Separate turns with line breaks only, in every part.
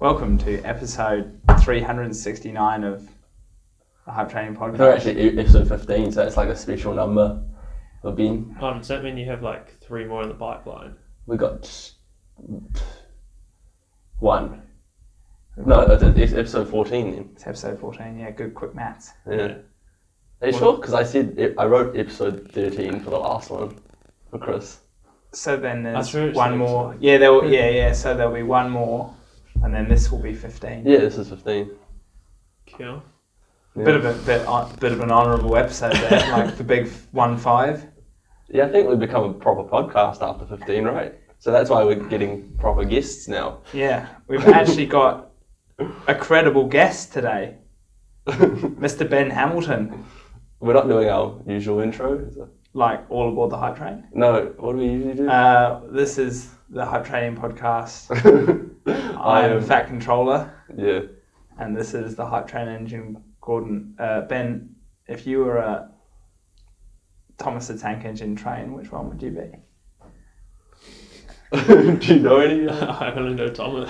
Welcome to episode 369 of the Hype Training Podcast.
They're Oh, actually e-, episode 15, so it's like a special number. We've been,
Oh, does that mean you have like three more in the pipeline?
we got s- one. No, it's it's episode 14 then.
It's episode 14. Yeah, good quick maths.
Yeah. Are you sure? Because I said, e- I wrote episode 13 for the last one for Chris.
So then
That's true,
there's
it's
one
an
more.
episode.
Yeah, there will, yeah, yeah. So there'll be one more, and then this will be 15.
Yeah, this is 15.
Cool.
Yeah.
Bit of a bit, on- bit of an honourable episode there, like the big one five.
Yeah, I think we become a proper podcast after 15, right? So that's why we're getting proper guests now.
Yeah, we've actually got a credible guest today,
we're
Mr. Ben Hamilton.
not doing our usual intro. Is it?
Like all aboard the hype train.
No, what do we usually do?
Uh, this is the hype training podcast. I
I
am
am.
Fat Controller.
Yeah.
and this is the hype train engine gordon uh, ben if you were a thomas the tank engine train which one would you be
do you know any?
I only know Thomas.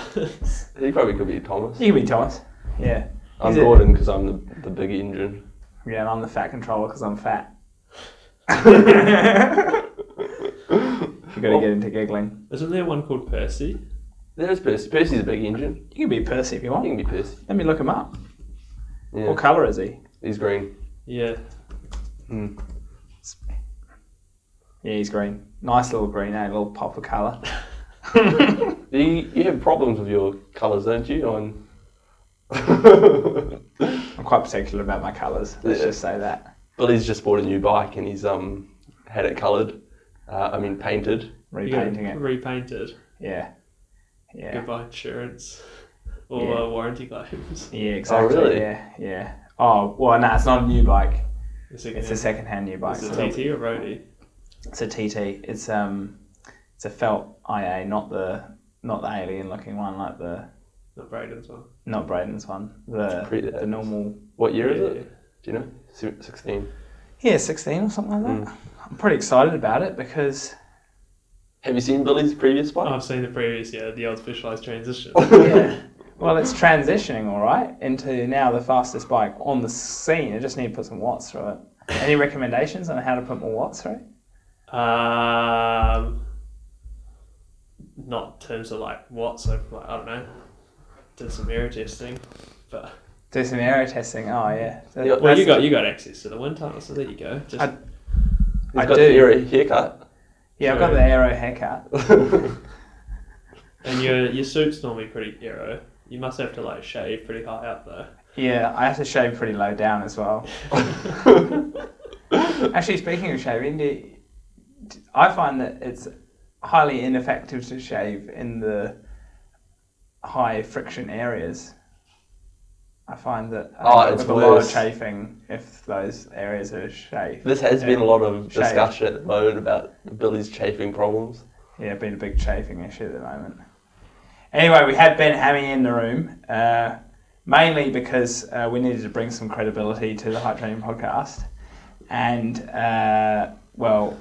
He probably could be Thomas.
you could be thomas yeah
I'm
He's a-
Gordon because I'm the, the big engine.
yeah and i'm the fat controller because i'm fat you gotta get into giggling
Isn't there one called Percy?
There's Percy. Percy's a big engine.
you can be percy if you
He
want
can be Percy.
let me look him up
Yeah.
what color is he
He's green.
Yeah.
Hmm.
yeah he's green nice little green eh? a little pop of color
Do you, you have problems with your colours, don't you? On.
i'm quite particular about my colors let's
Yeah.
just say that
Billy's just bought a new bike and he's um had it coloured. Uh, I mean painted.
You got
repainting it
Repainted.
yeah yeah
Goodbye insurance. Or
Yeah.
uh, warranty claims.
Yeah, exactly.
really?
Yeah, yeah. Oh, well, no, it's not a new bike.
It's a,
It's a second-hand new bike.
it's a
so
TT or roadie.
it's a TT. It's um, it's a felt IA, not the not the alien-looking one, like the
Not Braden's one.
not Braden's one, the
Pretty-
the normal.
What year is
Yeah.
it? Do you know? Si- Sixteen.
Yeah, sixteen or something like that. I'm pretty excited about it because
Have you seen Billy's previous bike?
I've seen the previous, yeah, the old specialized transition.
yeah, well, it's transitioning all right into now the fastest bike on the scene. I just need to put some watts through it. Any recommendations on how to put more watts through?
um, not in terms of like what, so like, I don't know. Did some air testing, but
Do some aero testing. Oh yeah.
Yeah, well,
well,
That's-
you got you got access to the wind tunnel, so there you go. Just
I-
He's
I
got
do.
the eerie haircut.
Yeah, I've got the aero haircut.
And your your suit's normally pretty narrow. You must have to like shave pretty high up though.
Yeah, I have to shave pretty low down as well. Actually, speaking of shaving, do, do- I find that it's highly ineffective to shave in the high friction areas. I find that I
Oh,
end up
it's
with a lot of
worse.
chafing if those areas are shaved.
This has been a lot of
Shave.
discussion at the moment about Billy's chafing problems.
Yeah, been a big chafing issue at the moment. Anyway, we had Ben Hammy in the room, uh, mainly because uh, we needed to bring some credibility to the Hype Training podcast. And, uh, well,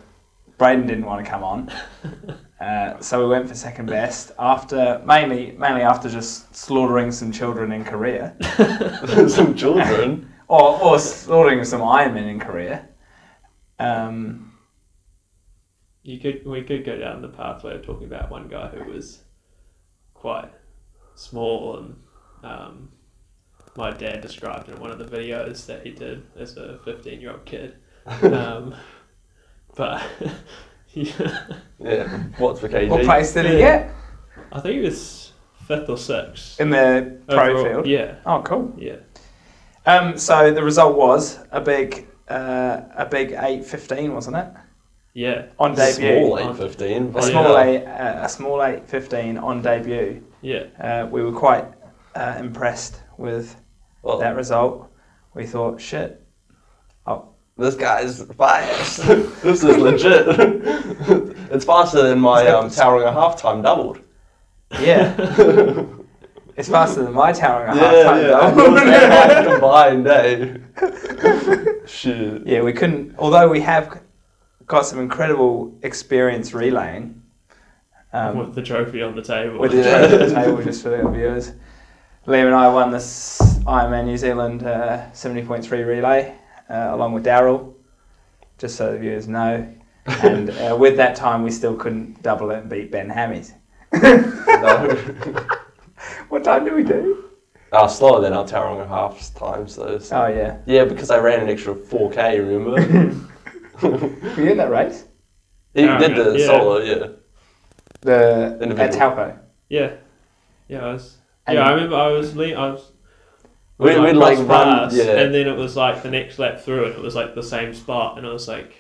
Braden didn't want to come on. Uh, so we went for second best after mainly mainly after just slaughtering some children in Korea
Some children.
or, or slaughtering some Ironmen in Korea. Um,
You could we could go down the pathway of talking about one guy who was quite small and um, my dad described in one of the videos that he did as a fifteen year old kid. Um, but yeah,
Yeah. What's for KG?
what place did he
Yeah.
get
I think it was fifth or sixth.
in the pro
overall.
field?
Yeah,
Oh, cool.
yeah.
Um, so the result was a big, uh, a big eight fifteen, wasn't it?
Yeah.
On debut,
Small eight fifteen.
a small eight, uh, a small eight fifteen on debut.
Yeah.
Uh, we were quite uh, impressed with
Well,
that result. We thought, shit, Oh,
this guy's fast. this is legit. it's faster than my um, towering a half time doubled.
yeah, it's faster than my towering a half
Yeah,
time
yeah.
goal.
It was that high combined, eh? Shit.
Yeah, we couldn't. Although we have got some incredible experience relaying. Um,
with the trophy on the table.
with the
Yeah.
trophy on the table just for the viewers. Liam and I won this Ironman New Zealand uh, 70.3 relay uh, along with Daryl, just so the viewers know. And uh, with that time, we still couldn't double it and beat Ben Hammies.
No.
What time did we do?
Oh, slower than our Tauranga half times though. so-
Oh, yeah.
Yeah, because I ran an extra 4k. Remember?
Were you in that race?
he
Oh,
did the
yeah.
solo. Yeah.
The at
Individual.
Taupo.
Yeah, yeah, I was.
And-
yeah, I remember I was. Le- I was.
We,
like,
we'd like
crossed
run.
paths,
Yeah.
and then it was like the next lap through, and it was like the same spot, and I was like,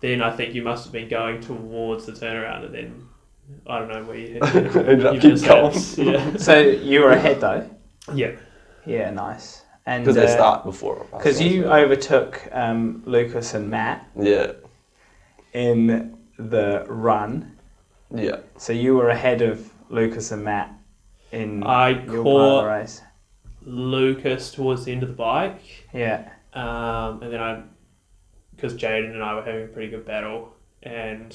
then I think you must have been going towards the turnaround, and then I don't know where you hit.
Ended up
you
keep
just
going.
had- yeah.
So you were ahead, though?
yeah,
Yeah, nice. And
Because they
uh,
start before us.
Because you
so-
overtook um, Lucas and Matt
Yeah.
in the run,
Yeah.
so you were ahead of Lucas and Matt in
I
your part of the
caught
race.
Lucas towards the end of the bike.
Yeah,
Um, and then I, because Jaden and I were having a pretty good battle, and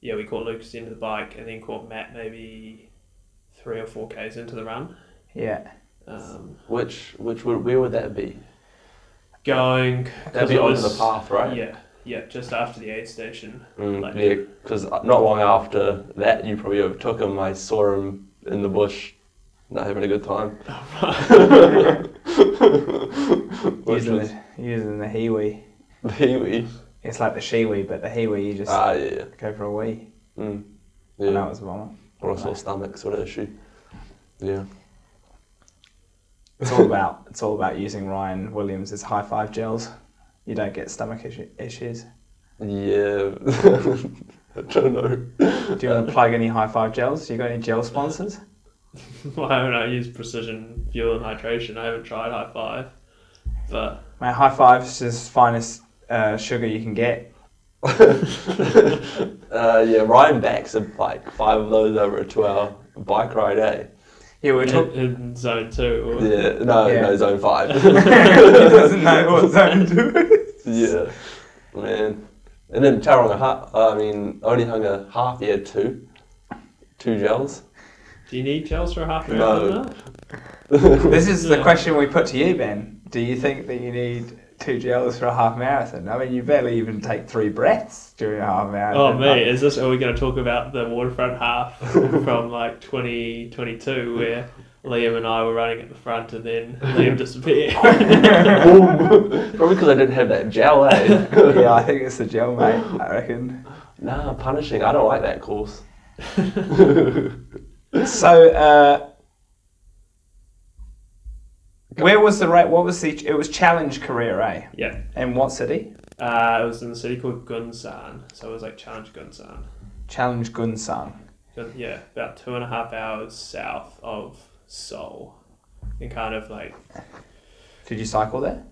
yeah, we caught Lucas into the bike, and then caught Matt maybe three or four k's into the run.
yeah.
Um,
Which which would where would that be?
going
That'd
'cause
be
it
onto the
was-
path, right?
Yeah, yeah, just after the aid station.
Mm,
Like-
yeah, because not long after that, you probably overtook him. I saw him in the bush, not having a good time. Which
Using
was
the, using the heewee.
Pee-wee.
It's like the shiwee, but the heewee you just
Ah, yeah.
go for a wee.
Mm,
And that
yeah.
was a bomber.
Or a sore stomach sort of issue. Yeah.
It's all about it's all about using Ryan Williams' high five gels. You don't get stomach issue, issues.
Yeah. I don't know.
Do you want to plug any high five gels? You got any gel sponsors?
Why haven't I used precision fuel and hydration? I haven't tried high five, but
Man, high five's just finest uh, sugar you can get.
uh, yeah, Ryan backs a, like five of those over a two-hour bike ride, eh?
Yeah, we were
in,
talking.
in zone two. Or,
Yeah, no,
Yeah.
no, zone five.
he doesn't know what zone to
yeah, man. And then Taronga, ha- I mean, only hung a half year two, two gels.
Do you need gels for a half an
No.
hour? No.
This is the
Yeah.
question we put to you, Ben. Do you think that you need two gels for a half marathon? I mean, you barely even take three breaths during a half marathon.
Oh mate, is this? Are we going to talk about the waterfront half from like twenty twenty two where Liam and I were running at the front and then Liam disappeared?
Boom. Probably because I didn't have that gel, eh?
yeah, I think it's the gel, mate. I reckon.
Nah, punishing. I don't like that course.
So, uh, where was the rate? What was the? It was Challenge Career, eh?
yeah,
In what city?
uh, it was in a city called Gunsan, so it was like Challenge Gunsan.
Challenge Gunsang.
Gun- Yeah, about two and a half hours south of Seoul, and kind of like
Did you cycle there?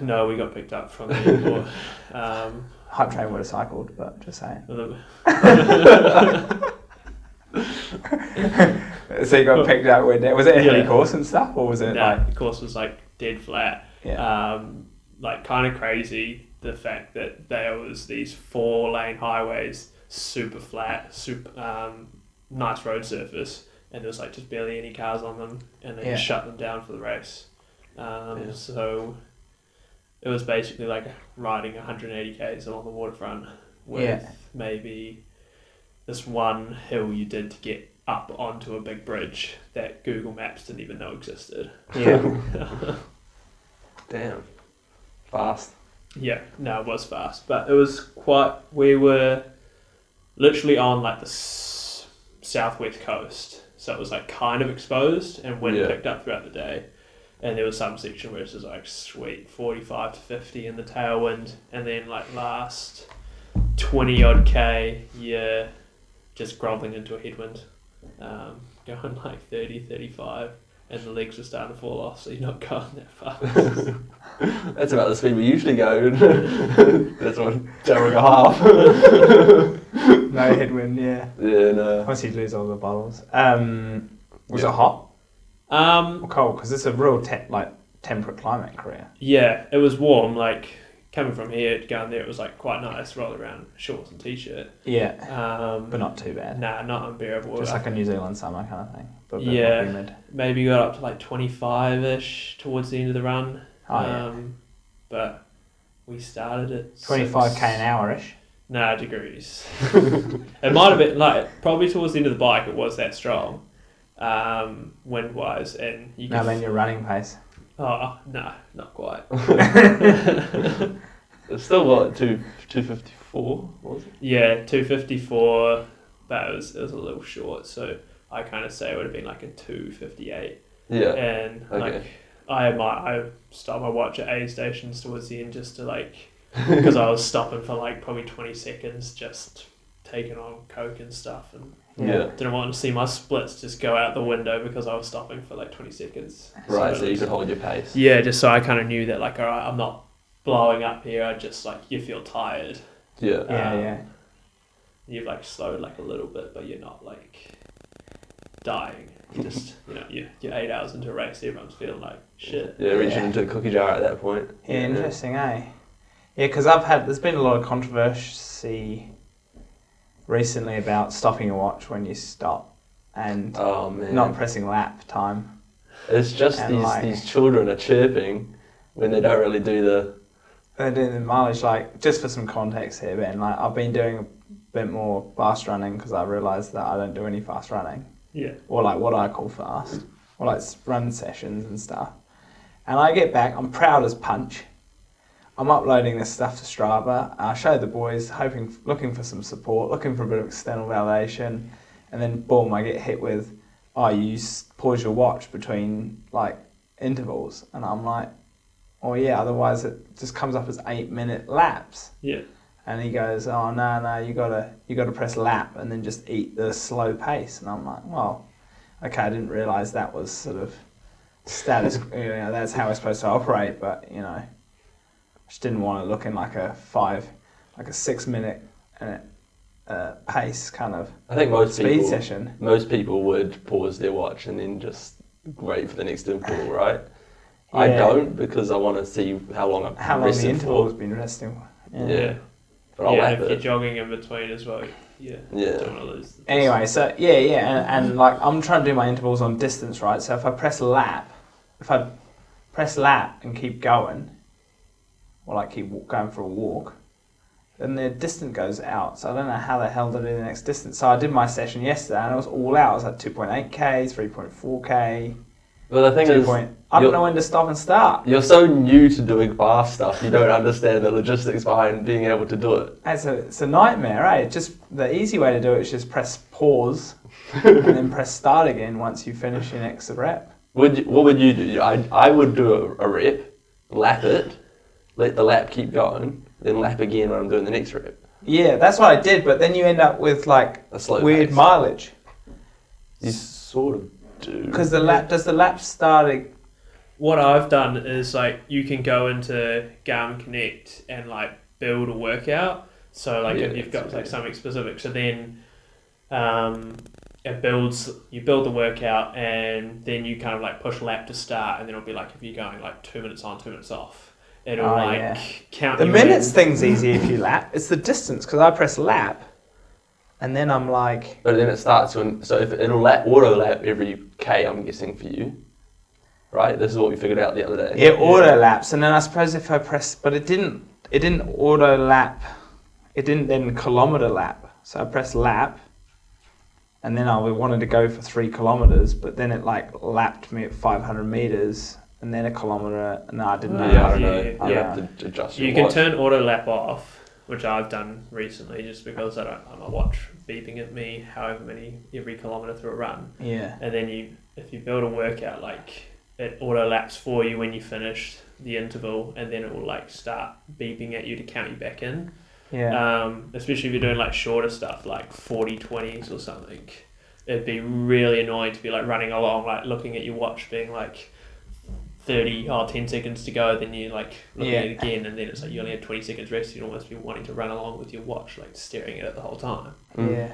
no, we got picked up from the airport. um,
Hype train would have cycled, but just saying.
the-
so you got picked out when was it a hilly
Yeah.
course and stuff, or was it
Nah,
like
the course was like dead flat.
Yeah.
Um, like kind of crazy the fact that there was these four lane highways, super flat, super um, nice road surface, and there was like just barely any cars on them, and they just
Yeah.
shut them down for the race. Um,
Yeah.
So it was basically like riding 180 k's along the waterfront with
Yeah.
maybe this one hill you did to get up onto a big bridge that Google Maps didn't even know existed.
yeah?
Damn. Fast.
Yeah, no, it was fast, but it was quite. We were literally on like the s- southwest coast, so it was like kind of exposed, and wind
Yeah.
picked up throughout the day. And there was some section where it was like sweet forty-five to fifty in the tailwind, and then like last twenty odd k, yeah, just groveling into a headwind, um, going like 30, 35, and the legs were starting to fall off, so you're not going that fast.
That's about the speed we usually go. That's one Taronga half.
no headwind, yeah.
Yeah, no.
Once you lose all the bottles, um, was
Yeah.
it hot
Um,
or cold? Because it's a real te- like temperate climate career.
Yeah, it was warm. Like coming from here to going there, it was like quite nice. Roll around shorts and t-shirt,
Yeah,
um,
but not too bad.
nah, not unbearable.
Just like a New Zealand summer kind of thing. but a bit
Yeah.
more humid.
Maybe got up to like 25 ish towards the end of the run.
Oh, yeah.
um, But we started at
25
six-
k an hour ish.
Nah, degrees. it might have been like probably towards the end of the bike, it was that strong, um, wind wise, and you
No,
can.
then your running pace.
oh no, not quite.
It's still what two two fifty four was it?
yeah, two fifty four, but it was it was a little short, so I kind of say it would have been like a two fifty eight,
Yeah.
and like
Okay.
I might I stopped my watch at aid stations towards the end just to like because I was stopping for like probably twenty seconds just taking on coke and stuff and
Yeah.
Didn't want to see my splits just go out the window because I was stopping for like 20 seconds.
Right, so
it
you
was-
could hold your pace.
Yeah, just so I kind of knew that, like, all right, I'm not blowing up here. I just, like, you feel tired.
Yeah.
Yeah,
Um,
yeah.
You've, like, slowed, like, a little bit, but you're not, like, dying. You just, you know, you're, you're eight hours into a race. Everyone's feeling like shit.
Yeah, reaching
Yeah.
into a cookie jar at that point.
Yeah, interesting, eh? Yeah, because I've had there's been a lot of controversy recently about stopping a watch when you stop and
Oh man.
not pressing lap time.
It's just
And
these
like-
these children are chirping when they don't really do the
They're doing the mileage like just for some context here, Ben. Like I've been doing a bit more fast running because I realised that I don't do any fast running.
Yeah.
or like what I call fast, or like s- run sessions and stuff. And I get back, I'm proud as punch. I'm uploading this stuff to Strava. I show the boys, hoping, looking for some support, looking for a bit of external validation, and then boom, I get hit with, "Oh, you s- pause your watch between like intervals," and I'm like, "Oh yeah, otherwise it just comes up as eight minute laps."
Yeah.
And he goes, "Oh no, no, you gotta you gotta press lap and then just eat the slow pace." And I'm like, "Well, okay, I didn't realize that was sort of status. you know, that's how we're supposed to operate." But you know, I just didn't want it looking like a five, like a six minute uh, uh, pace kind of
I think most
speed
people
session.
most people would pause their watch and then just wait for the next interval, right? I
Yeah.
don't because I want to see how long I'm
How long the
resting
interval
for.
has been resting?
Yeah, but I'll
yeah,
yeah,
if
it.
you're jogging in between as well, yeah.
Yeah.
Don't want to lose. the-
Anyway, so yeah, yeah, and, and like I'm trying to do my intervals on distance, right? So if I press lap, if I press lap and keep going, or like keep wa- going for a walk, then the distance goes out. So I don't know how the hell to do the next distance. So I did my session yesterday, and it was all out. It was like 2.8k, 3.4k,
But the thing
two
is,
point. I don't
you're-
know when to stop and start.
You're so new to doing fast stuff, you don't understand the logistics behind being able to do it.
It's a, it's a nightmare, right? It's just the easy way to do it is just press pause and then press start again once you finish your next rep.
Would you, what would you do? I, I would do a, a rep, lap it, let the lap keep going, then lap again when I'm doing the next rep.
Yeah, that's what I did, but then you end up with like
A slow
weird
pace.
mileage.
You sort of do.
Because the lap does the lap start ag-
what I've done is like you can go into Garmin Connect and like build a workout. So like
Yeah,
if you've got
that's
like
good.
something specific, so then um, it builds. You build the workout and then you kind of like push lap to start, and then it'll be like if you're going like two minutes on, two minutes off. It'll
Oh,
like
yeah.
count
the
you
minutes
in.
thing's easy if you lap. It's the distance because I press lap, and then I'm like,
But then it starts when. So if it'll lap, auto lap every K, I'm guessing, for you. Right? This is what we figured out the other day.
it auto laps, and then I suppose if I press, but it didn't, it didn't auto lap, it didn't then kilometer lap. So I press lap, and then I wanted to go for three kilometers, but then it like lapped me at 500 meters, and then a kilometer, and I didn't know.
Yeah, I
how
don't
to-
know.
Yeah,
You
yeah.
have to adjust your
You can
watch.
turn auto lap off, which I've done recently, just because I don't want my watch beeping at me however many every kilometer through a run.
Yeah.
and then you if you build a workout like it auto laps for you when you finish the interval and then it will like start beeping at you to count you back in
Yeah.
um, especially if you're doing like shorter stuff like 40 20s or something it'd be really annoying to be like running along like looking at your watch being like 30 or 10 seconds to go then you like looking at it
Yeah.
again and then it's like you only had 20 seconds rest you'd almost be wanting to run along with your watch like staring at it the whole time
Mm.
yeah.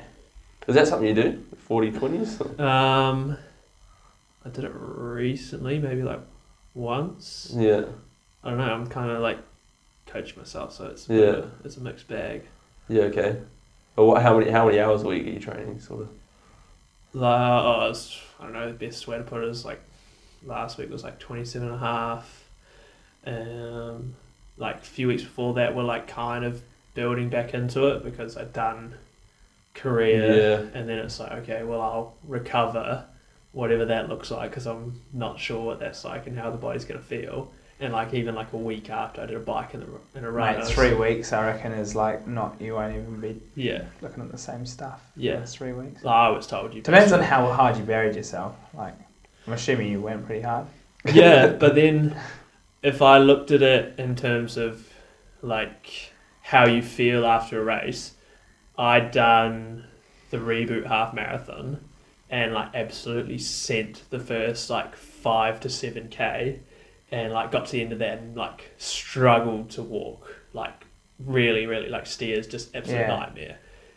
Is that something you do? 40 20s?
Um, I did it recently, maybe like once.
Yeah.
I don't know. I'm kind of like coaching myself, so it's
Yeah.
yeah. it's a mixed bag.
Yeah, okay. But what, how many how many hours a week are you training, sort of?
La, oh, it's- I don't know, the best way to put it is like last week was like 27 and a half. Um, like a few weeks before that, we're like kind of building back into it because I'd done Korea.
Yeah.
And then it's like, okay, well, I'll recover whatever that looks like because I'm not sure what that's like and how the body's going to feel. And like even like a week after I did a bike in, the, in a run. I
Mate,
was-
three weeks, I reckon, is like not, you won't even be
Yeah.
looking at the same stuff. for
Yeah.
those three weeks.
I was told you.
Depends on how hard you buried yourself. Like, I'm assuming you went pretty hard.
yeah, but then if I looked at it in terms of like how you feel after a race, I'd done the reboot half marathon and like absolutely sent the first like five to seven K and like got to the end of that and like struggled to walk. Like really, really like stairs, just absolute
Yeah.
nightmare.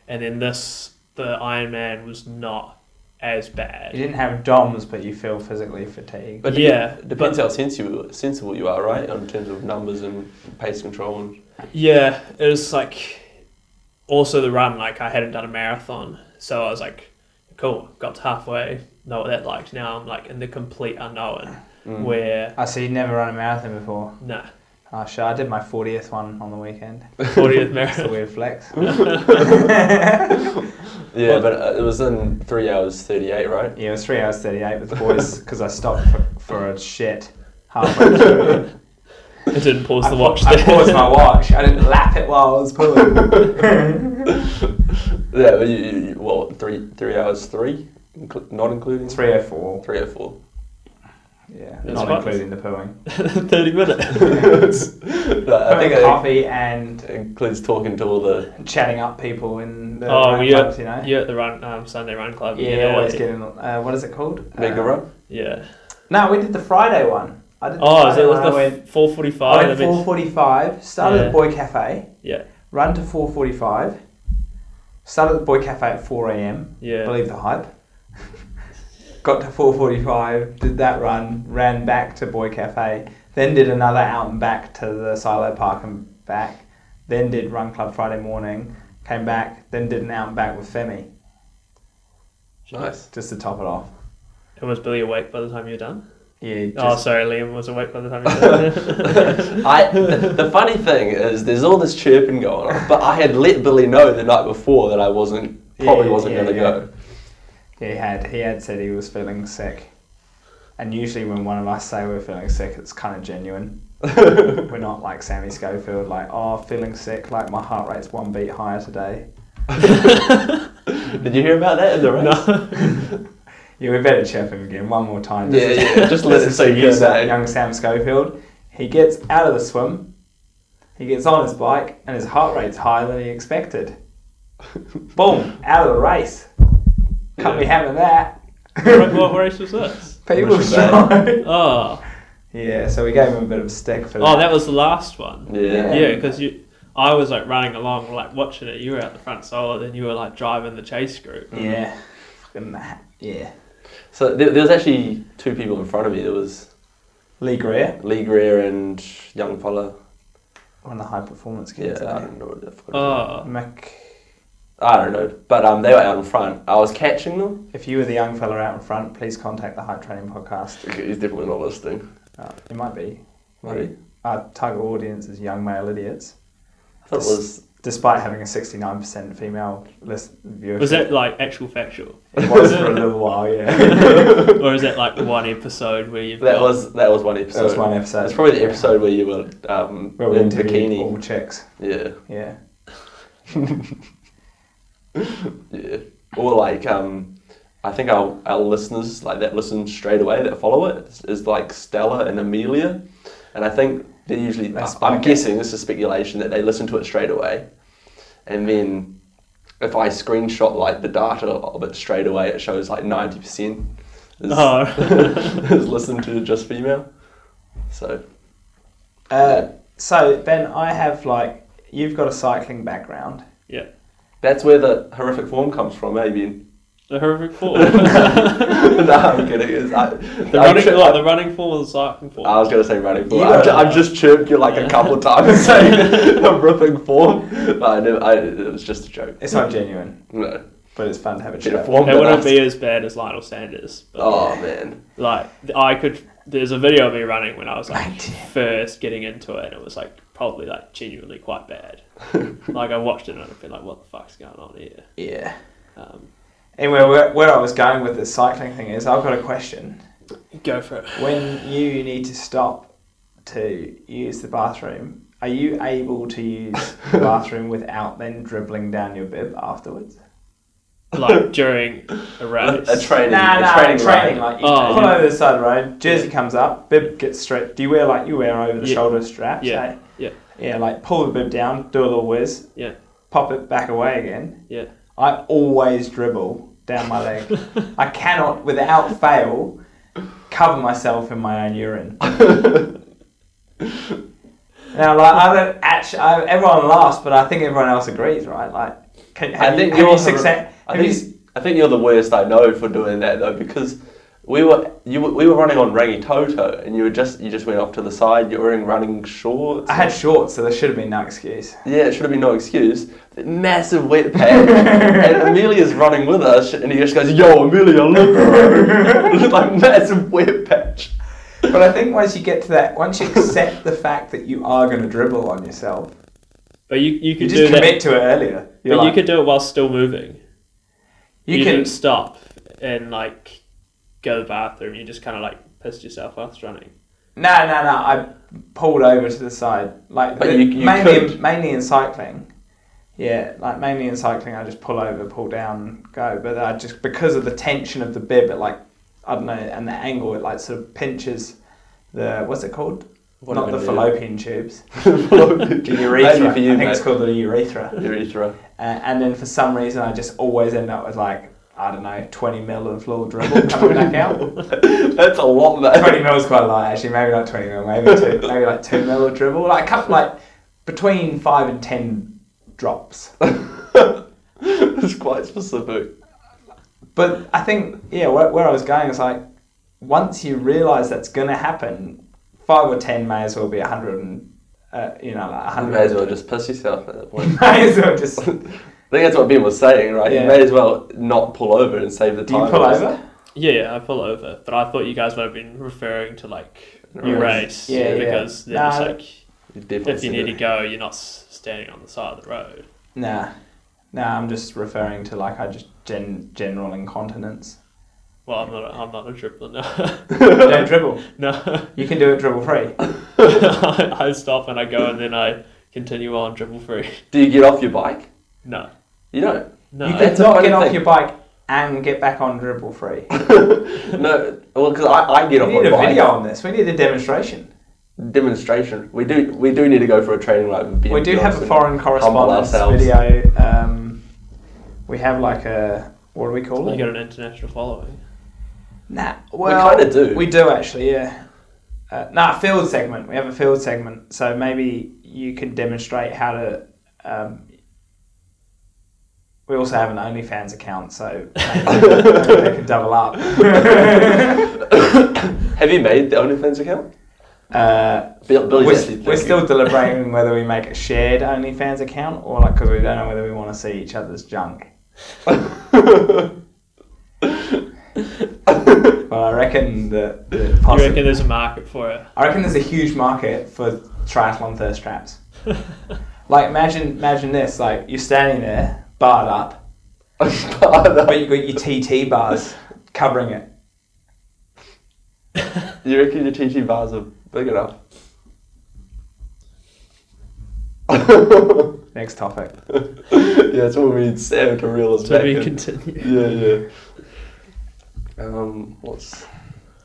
And then this the Iron Man was not as bad.
You didn't have DOMs, but you feel physically fatigued.
But
Yeah,
yeah, depends how sensible sensible you are, right? In terms of numbers and pace control and
Yeah, it was like also the run. Like I hadn't done a marathon, so I was like, cool, got to halfway, know what that like. Now I'm like in the complete unknown,
Mm.
where
I see you'd never run a marathon before.
nah,
Oh, shit, I did my 40th one on the weekend.
fortieth
That's a
marathon.
weird flex.
yeah, but uh, it was in three hours thirty eight, right?
Yeah, it was three hours 38 with the boys because I stopped for, for a shit halfway through.
I didn't pause
I
the
pa-
watch.
I
there.
paused my watch. I didn't lap it while I was pulling.
Yeah, but you, you, you- well, three three hours three, inclu- not including
Three or four.
three or four.
Yeah,
That's
not
fine.
including the pooing.
Thirty minutes.
No, I think
Pooing
it
coffee and
includes talking to all the
chatting up people in the
oh,
run
we are
clubs, you know.
you're at the run um, Sunday run club.
Yeah,
you know,
always
you-
getting. Uh, what is it called?
mega
Uh,
run.
yeah.
No, we did the Friday one. I did. The
Oh,
Friday
so it
one. I
was
went.
the four forty
I
five.
went four forty-five. Started
Yeah.
at Boy Cafe.
Yeah,
Run to four forty-five. Started at the Boy Cafe at four a.m.
yeah.
Believe the hype. Got to 4:45, did that run, ran back to Boy Cafe, then did another out and back to the Silo Park and back, then did Run Club Friday morning, came back, then did an out and back with Femi
Nice.
just to top it off.
And was Billy awake by the time you were done?
Yeah,
oh,
just,
sorry, Liam was awake by the time you were done.
I, the funny thing is, there's all this chirping going on, but I had let Billy know the night before that I wasn't probably
Yeah,
wasn't
yeah,
going to
yeah.
go.
he had he had said he was feeling sick, and usually when one of us say we're feeling sick, it's kind of genuine. we're not like Sammy Schofield, like oh feeling sick, like my heart rate's one beat higher today.
Did you hear about that in the race?
Yeah, we better chirp him again one more time.
Yeah,
This is-
yeah, just let
this
it
is
sink
for you,
in,
Sam-
eh?
Young Sam Schofield. He gets out of the swim. He gets on his bike, and his heart rate's higher than he expected. Boom! Out of the race. Can't be having that.
what, what race was this?
People
Wishing
show.
Oh,
Yeah, so we gave him a bit of a stick for that.
oh, that was the last one.
Yeah.
yeah, because you, I was like running along, like watching it. You were out the front solo, then you were like driving the chase group.
Yeah. Fucking that. Yeah.
So there, there was actually two people in front of me. There was
Lee Greer,
Lee Greer and young fella.
one of the high performance
Yeah,
kids.
I
Yeah.
don't know what they're called.
Oh,
Mac,
I don't know, but um, they were out in front. I was catching them.
if you were the young fella out in front, please contact the High Training Podcast.
Okay, he's definitely not listening.
Uh, it might be.
Might be.
Our target audience is young male idiots,
I thought it was
despite having a 69% female list viewership.
was that like actual factual,
It was for a little while, yeah.
or is that like one episode where you've
that
got-
was that was one episode.
that was one episode.
That's probably the episode where you were um,
where we
in
interviewed
bikini.
all chicks.
Yeah,
Yeah.
yeah. Or like um, I think our our listeners like that listen straight away that follow it is, is like Stella and Amelia, and I think they usually.
That's
I- I'm
spike it.
guessing this is speculation that they listen to it straight away, and then if I screenshot like the data of it straight away, it shows like ninety percent is,
Oh.
is listened to just female. So
Uh, so, Ben, I have like, you've got a cycling background.
yeah
that's where the horrific form comes from, maybe.
the horrific form,
no, I'm kidding. It's, I,
the
I'm
running,
sure-
like, the running form and the cycling form.
I was going to say running form.
You
I've,
are-
ju- I've just chirped you like a couple of times saying horrific form. But I never, I, it was just a joke.
It's not genuine.
No.
but it's fun to have a
Bit
chat.
of form
They
than
wouldn't
us.
be as bad as Lionel Sanders. But
Oh man,
Like I could. There's a video of me running when I was like
Right.
first getting into it, and it was like probably like genuinely quite bad. like I watched it and I've been like, what the fuck's going on here?
Yeah.
Um,
Anyway, where, where I was going with this cycling thing is I've got a question.
go for it.
When you need to stop to use the bathroom, are you able to use the bathroom without then dribbling down your bib afterwards?
Like during a race.
a training,
nah,
a
nah,
training,
training, training
ride.
like you
Oh.
pull over the side of the road, jersey comes up, bib gets straight. Do you wear like you wear over the
Yeah.
shoulder straps?
Yeah.
eh?
Yeah.
Yeah, like pull the bib down, do a little whiz,
Yeah.
pop it back away again.
Yeah.
I always dribble down my leg. I cannot, without fail, cover myself in my own urine. now, like I don't actually, I, everyone laughs, but I think everyone else agrees, right? Like, can, have
I think
you, have
you're
you
the-
success?
I
have you
think, I think you're the worst I know for doing that though because we were you were- we were running on Rangi Toto and you were just you just went off to the side. You were wearing running shorts.
I had shorts, so there should have been no excuse.
Yeah, it should have been no excuse. The massive wet pad, and Amelia's running with us, and he just goes, "Yo, Amelia, look, bro!" It was like massive wet patch.
But I think once you get to that, once you accept the fact that you are going to dribble on yourself,
But you you
you
could do
just
that.
commit to it earlier.
but
You're
you
like,
could do it while still moving.
you,
you
can.
didn't stop and like go to the bathroom. You just kind of like pissed yourself whilst running.
No, no, no. I pulled over to the side, like
But
the-
you- you
mainly
could.
mainly in cycling. Yeah, like mainly in cycling, I just pull over, pull down, go. But I just because of the tension of the bib, it like I don't know, and the angle, it like sort of pinches the what's it called?
What
Not
am
the
I gonna
fallopian tubes, the urethra.
Maybe for you,
I think
mate.
it's called the urethra.
urethra.
Uh, and then for some reason, I just always end up with like I don't know, twenty mil of little dribble coming back out.
That's a lot,
Twenty
mate.
mil is quite light, actually. Maybe not twenty mil. Maybe two, maybe like two mil of dribble. Like a couple, like between five and ten drops.
It's quite specific.
But I think, yeah, where, where I was going is like, once you realise that's going to happen, five or ten may as well be a hundred and, uh, you know, like a
You
hundred.
may as well just piss yourself at that point.
May as well just.
I think that's what Ben was saying, right?
Yeah.
You may as well not pull over and save the
Do
time.
you pull
Just-
over?
Yeah, yeah, I pull over, but I thought you guys might have been referring to like your
Race.
race,
Yeah, yeah.
because then
Nah,
it's
that-
like
You definitely
if you
said
need to
it.
go, you're not s- standing on the side of the road.
Nah, nah. I'm just referring to like I just gen general incontinence.
Well, I'm not. A, I'm not a dribbler.
Don't dribble.
No, no.
You can do it dribble free.
I, I stop and I go, and then I continue on dribble free.
Do you get off your bike?
No,
You don't.
no.
you could
that's a
not
funny
get off
thing.
your bike and get back on dribble free.
No, well, because I, I get off
We need
my
a
bike.
video on this. We need a demonstration.
Demonstration. We do. We do need to go for a training like Ben
we do have a
Johnson.
foreign
Humble
correspondence
ourselves.
video. Um, we have like a what do we call
You
it?
got an international following.
nah, well,
kinda do.
We do actually, yeah. Uh, nah, field segment. We have a field segment, so maybe you can demonstrate how to. Um, we also have an OnlyFans account, so maybe they can double up.
Have you made the OnlyFans account?
Uh,
Bill, Billy's actually
we're, we're
thinking.
still deliberating whether we make a shared OnlyFans account or like because we don't know whether we want to see each other's junk. Well, I reckon that the
You
possi-
reckon there's a market for it?
I reckon there's a huge market for triathlon thirst traps. like imagine imagine this, like you're standing there, barred up, but you've got your TT bars covering it.
you reckon your TT bars are big enough?
Next topic.
yeah, that's what we need Sam to reel us
To
back
be
in.
continued.
Yeah, yeah. Um, what's?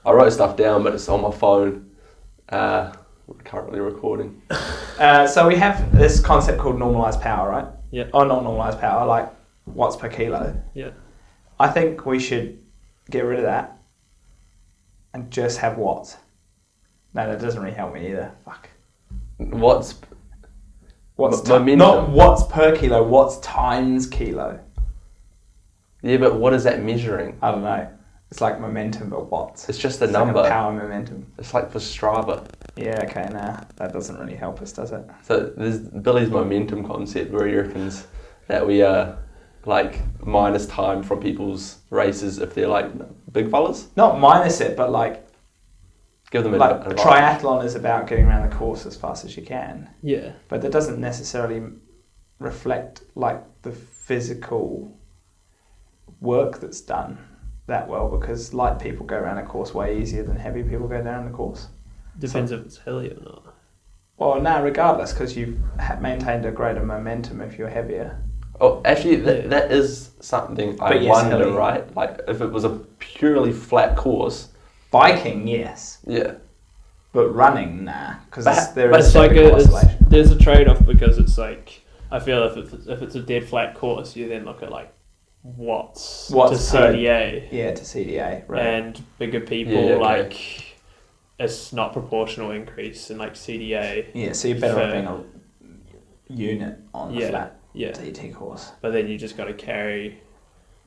I wrote stuff down, but it's on my phone. Uh, we're currently recording.
Uh, so we have this concept called normalized power, right?
Yeah.
Or not normalized power, like watts per kilo.
Yeah.
I think we should get rid of that and just have watts. No, that doesn't really help me either. Fuck.
What's?
Watts
M-
ti-
momentum.
not watts per kilo, watts times kilo.
Yeah, but what is that measuring?
I don't know. It's like momentum, but watts.
It's just a
It's like
number.
power momentum.
It's like for Strava.
Yeah, okay, nah. That doesn't really help us, does it?
So there's Billy's momentum concept where he reckons that we uh, like minus time from people's races if they're like big fellas.
Not minus it, but like
Give them a,
like
an
a
advantage.
triathlon is about getting around the course as fast as you can,
Yeah.
but that doesn't necessarily reflect like the physical work that's done that well because light people go around a course way easier than heavy people go down the course.
Depends if it's hilly or not.
Well, no, regardless, because you've ha- maintained a greater momentum if you're heavier.
Oh, actually, that,
Yeah.
that is something I
But yes,
wonder,
hilly.
right? Like, if it was a purely flat course,
Biking, yes,
yeah,
but running, nah, because
But-
there
But
is
it's like
typical
a, it's,
oscillation.
there's a trade off because it's like I feel if it's, if it's a dead flat course, you then look at like watts,
Watts
to
per-
CDA,
Yeah, to CDA, right?
and bigger people
Yeah, yeah, okay.
like it's not proportional increase in like CDA.
yeah, so you're better
for-
off being a unit on the
Yeah,
flat
yeah.
DT course.
But then you just got to carry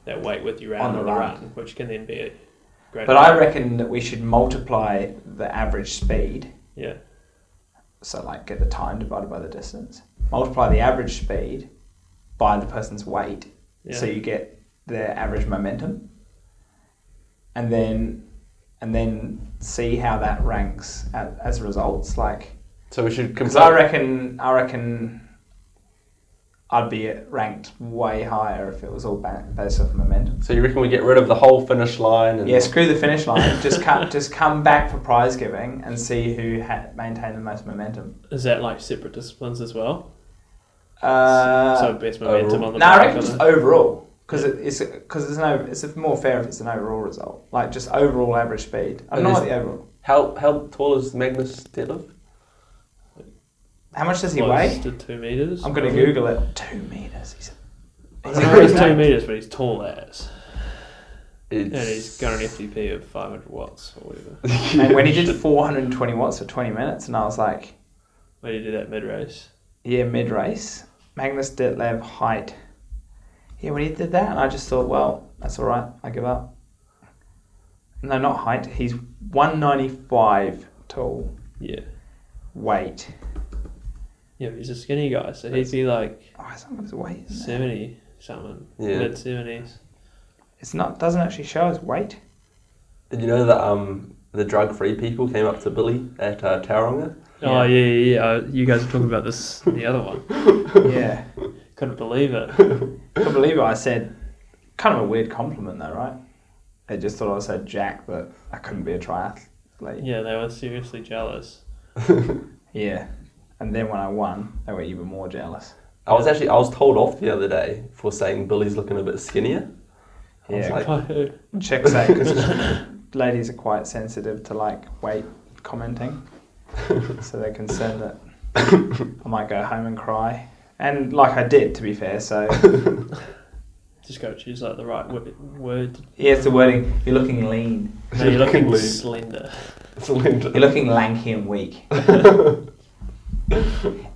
that weight with you
On
around
the
on the
run.
run, which can then be a great.
But I reckon that we should multiply the average speed,
yeah,
so like get the time divided by the distance, multiply the average speed by the person's weight,
yeah.
so you get their average momentum, and then and then see how that ranks as, as results. Like,
so we should
because I
compare.
reckon I reckon I'd be ranked way higher if it was all ba- based off momentum.
so you reckon we get rid of the whole finish line? And
Yeah, screw the finish line. just come, just come back for prize giving and see who ha- maintained the most momentum.
is that like separate disciplines as well?
Uh,
so best momentum
overall.
on the
no, I
bike
reckon
on
just
the-
overall because it, it's because it's no it's more fair if it's an overall result like just overall average speed. I don't know
And
what
is-
the overall.
How how tall is Magnus Detlef?
How much does he
close
weigh?
to two meters.
I'm gonna
probably.
Google it. Two meters. He's
I
a,
don't know if he's
he's a-
two meters, but he's tall as,
It's,
and he's got an FTP of 500 watts or whatever.
And when he did 420 watts for 20 minutes, and I was like,
When you do that mid race,
yeah, mid race, Magnus Detlev height. Yeah, when he did that, and I just thought, well, that's all right. I give up. No, not height. He's 195 tall.
yeah,
Weight.
yeah, but he's a skinny guy, so he'd be like
Oh, it's not his weight. isn't it?
70 something,
Yeah.
mid 70s.
It's not. Doesn't actually show his weight.
Did you know that um the drug free people came up to Billy at uh, Tauranga?
Oh yeah, yeah, yeah. uh, You guys were talking about this, the other one.
yeah,
Couldn't believe it.
can't believe it. I said, kind of a weird compliment though, right? They just thought I said Jack, but I couldn't be a triathlete.
Yeah, they were seriously jealous.
Yeah. And then when I won, they were even more jealous.
I was actually I was told off the other day for saying Billy's looking a bit skinnier. I was
Yeah.
like,
Checks out because ladies are quite sensitive to like weight commenting, so they're concerned that I might go home and cry. And like I did, to be fair. So
Just got to choose like the right wo- word.
here's the wording: you're looking lean,
No, you're looking
Lean.
slender.
it's Linda.
you're looking lanky and weak.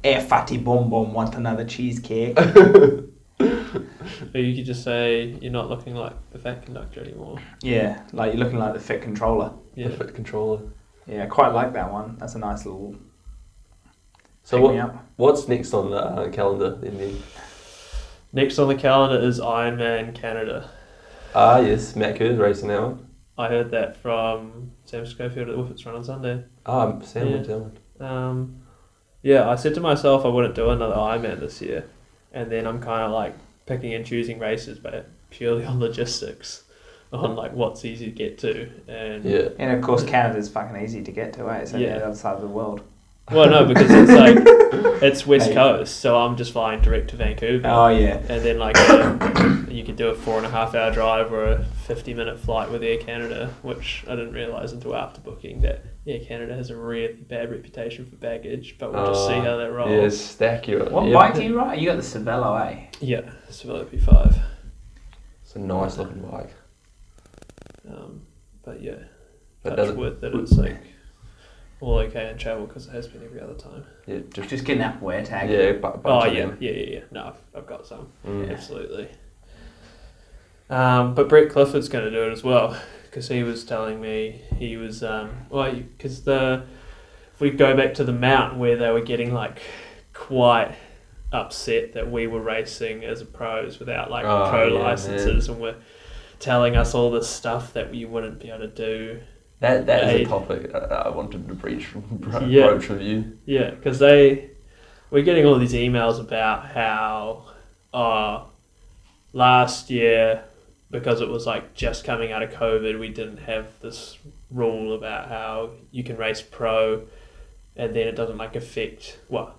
Eh, fatty bum bum, want another cheesecake?
Or you could just say you're not looking like the fat conductor anymore.
Yeah, like you're looking like the fit controller.
Yeah.
Fit controller.
Yeah, I quite like that one. That's a nice little.
So
pick
what,
me up.
what's next on the uh, calendar then? then?
Next on the calendar is Ironman Canada.
Ah yes, Matt Kerr's racing that one.
I heard that from Sam Schofield at the Whippets Run on Sunday.
Ah, Sam
Yeah.
went down.
Um, yeah, I said to myself I wouldn't do another Ironman this year, and then I'm kind of like picking and choosing races, but purely on logistics, on like what's easy to get to, and
Yeah.
And of course, Canada's fucking easy to get to, eh? It's on
Yeah.
the other side of the world.
well, no, because it's like it's West
Hey.
Coast, so I'm just flying direct to Vancouver.
Oh, yeah.
and then like a, you could do a four and a half hour drive or a 50 minute flight with air canada which i didn't realize until after booking that air canada has a really bad reputation for baggage but we'll just see
Ah,
how that rolls
Yeah, stack you.
What
yeah.
bike do you ride? You got the Cervelo, eh?
yeah civil p5
It's a nice looking bike.
um, but yeah
But
touch
does it-
wood that it's like all okay in travel because it has been every other time
Yeah, just
Just get an Apple AirTag.
yeah, bu- bunch
oh
of
yeah,
them.
yeah yeah yeah no I've, I've got some
Mm.
Absolutely. Um, but Brett Clifford's going to do it as well because he was telling me he was um, well because the if we go back to the mount where they were getting like quite upset that we were racing as pros without like
Oh,
pro
yeah,
licenses and were telling us all this stuff that you wouldn't be able to do.
That that is
Hey.
a topic I, I wanted to breach from bro-
Yeah.
broach with you.
Yeah, because they we're getting all these emails about how uh last year because it was like just coming out of COVID, we didn't have this rule about how you can race pro, and then it doesn't like affect well.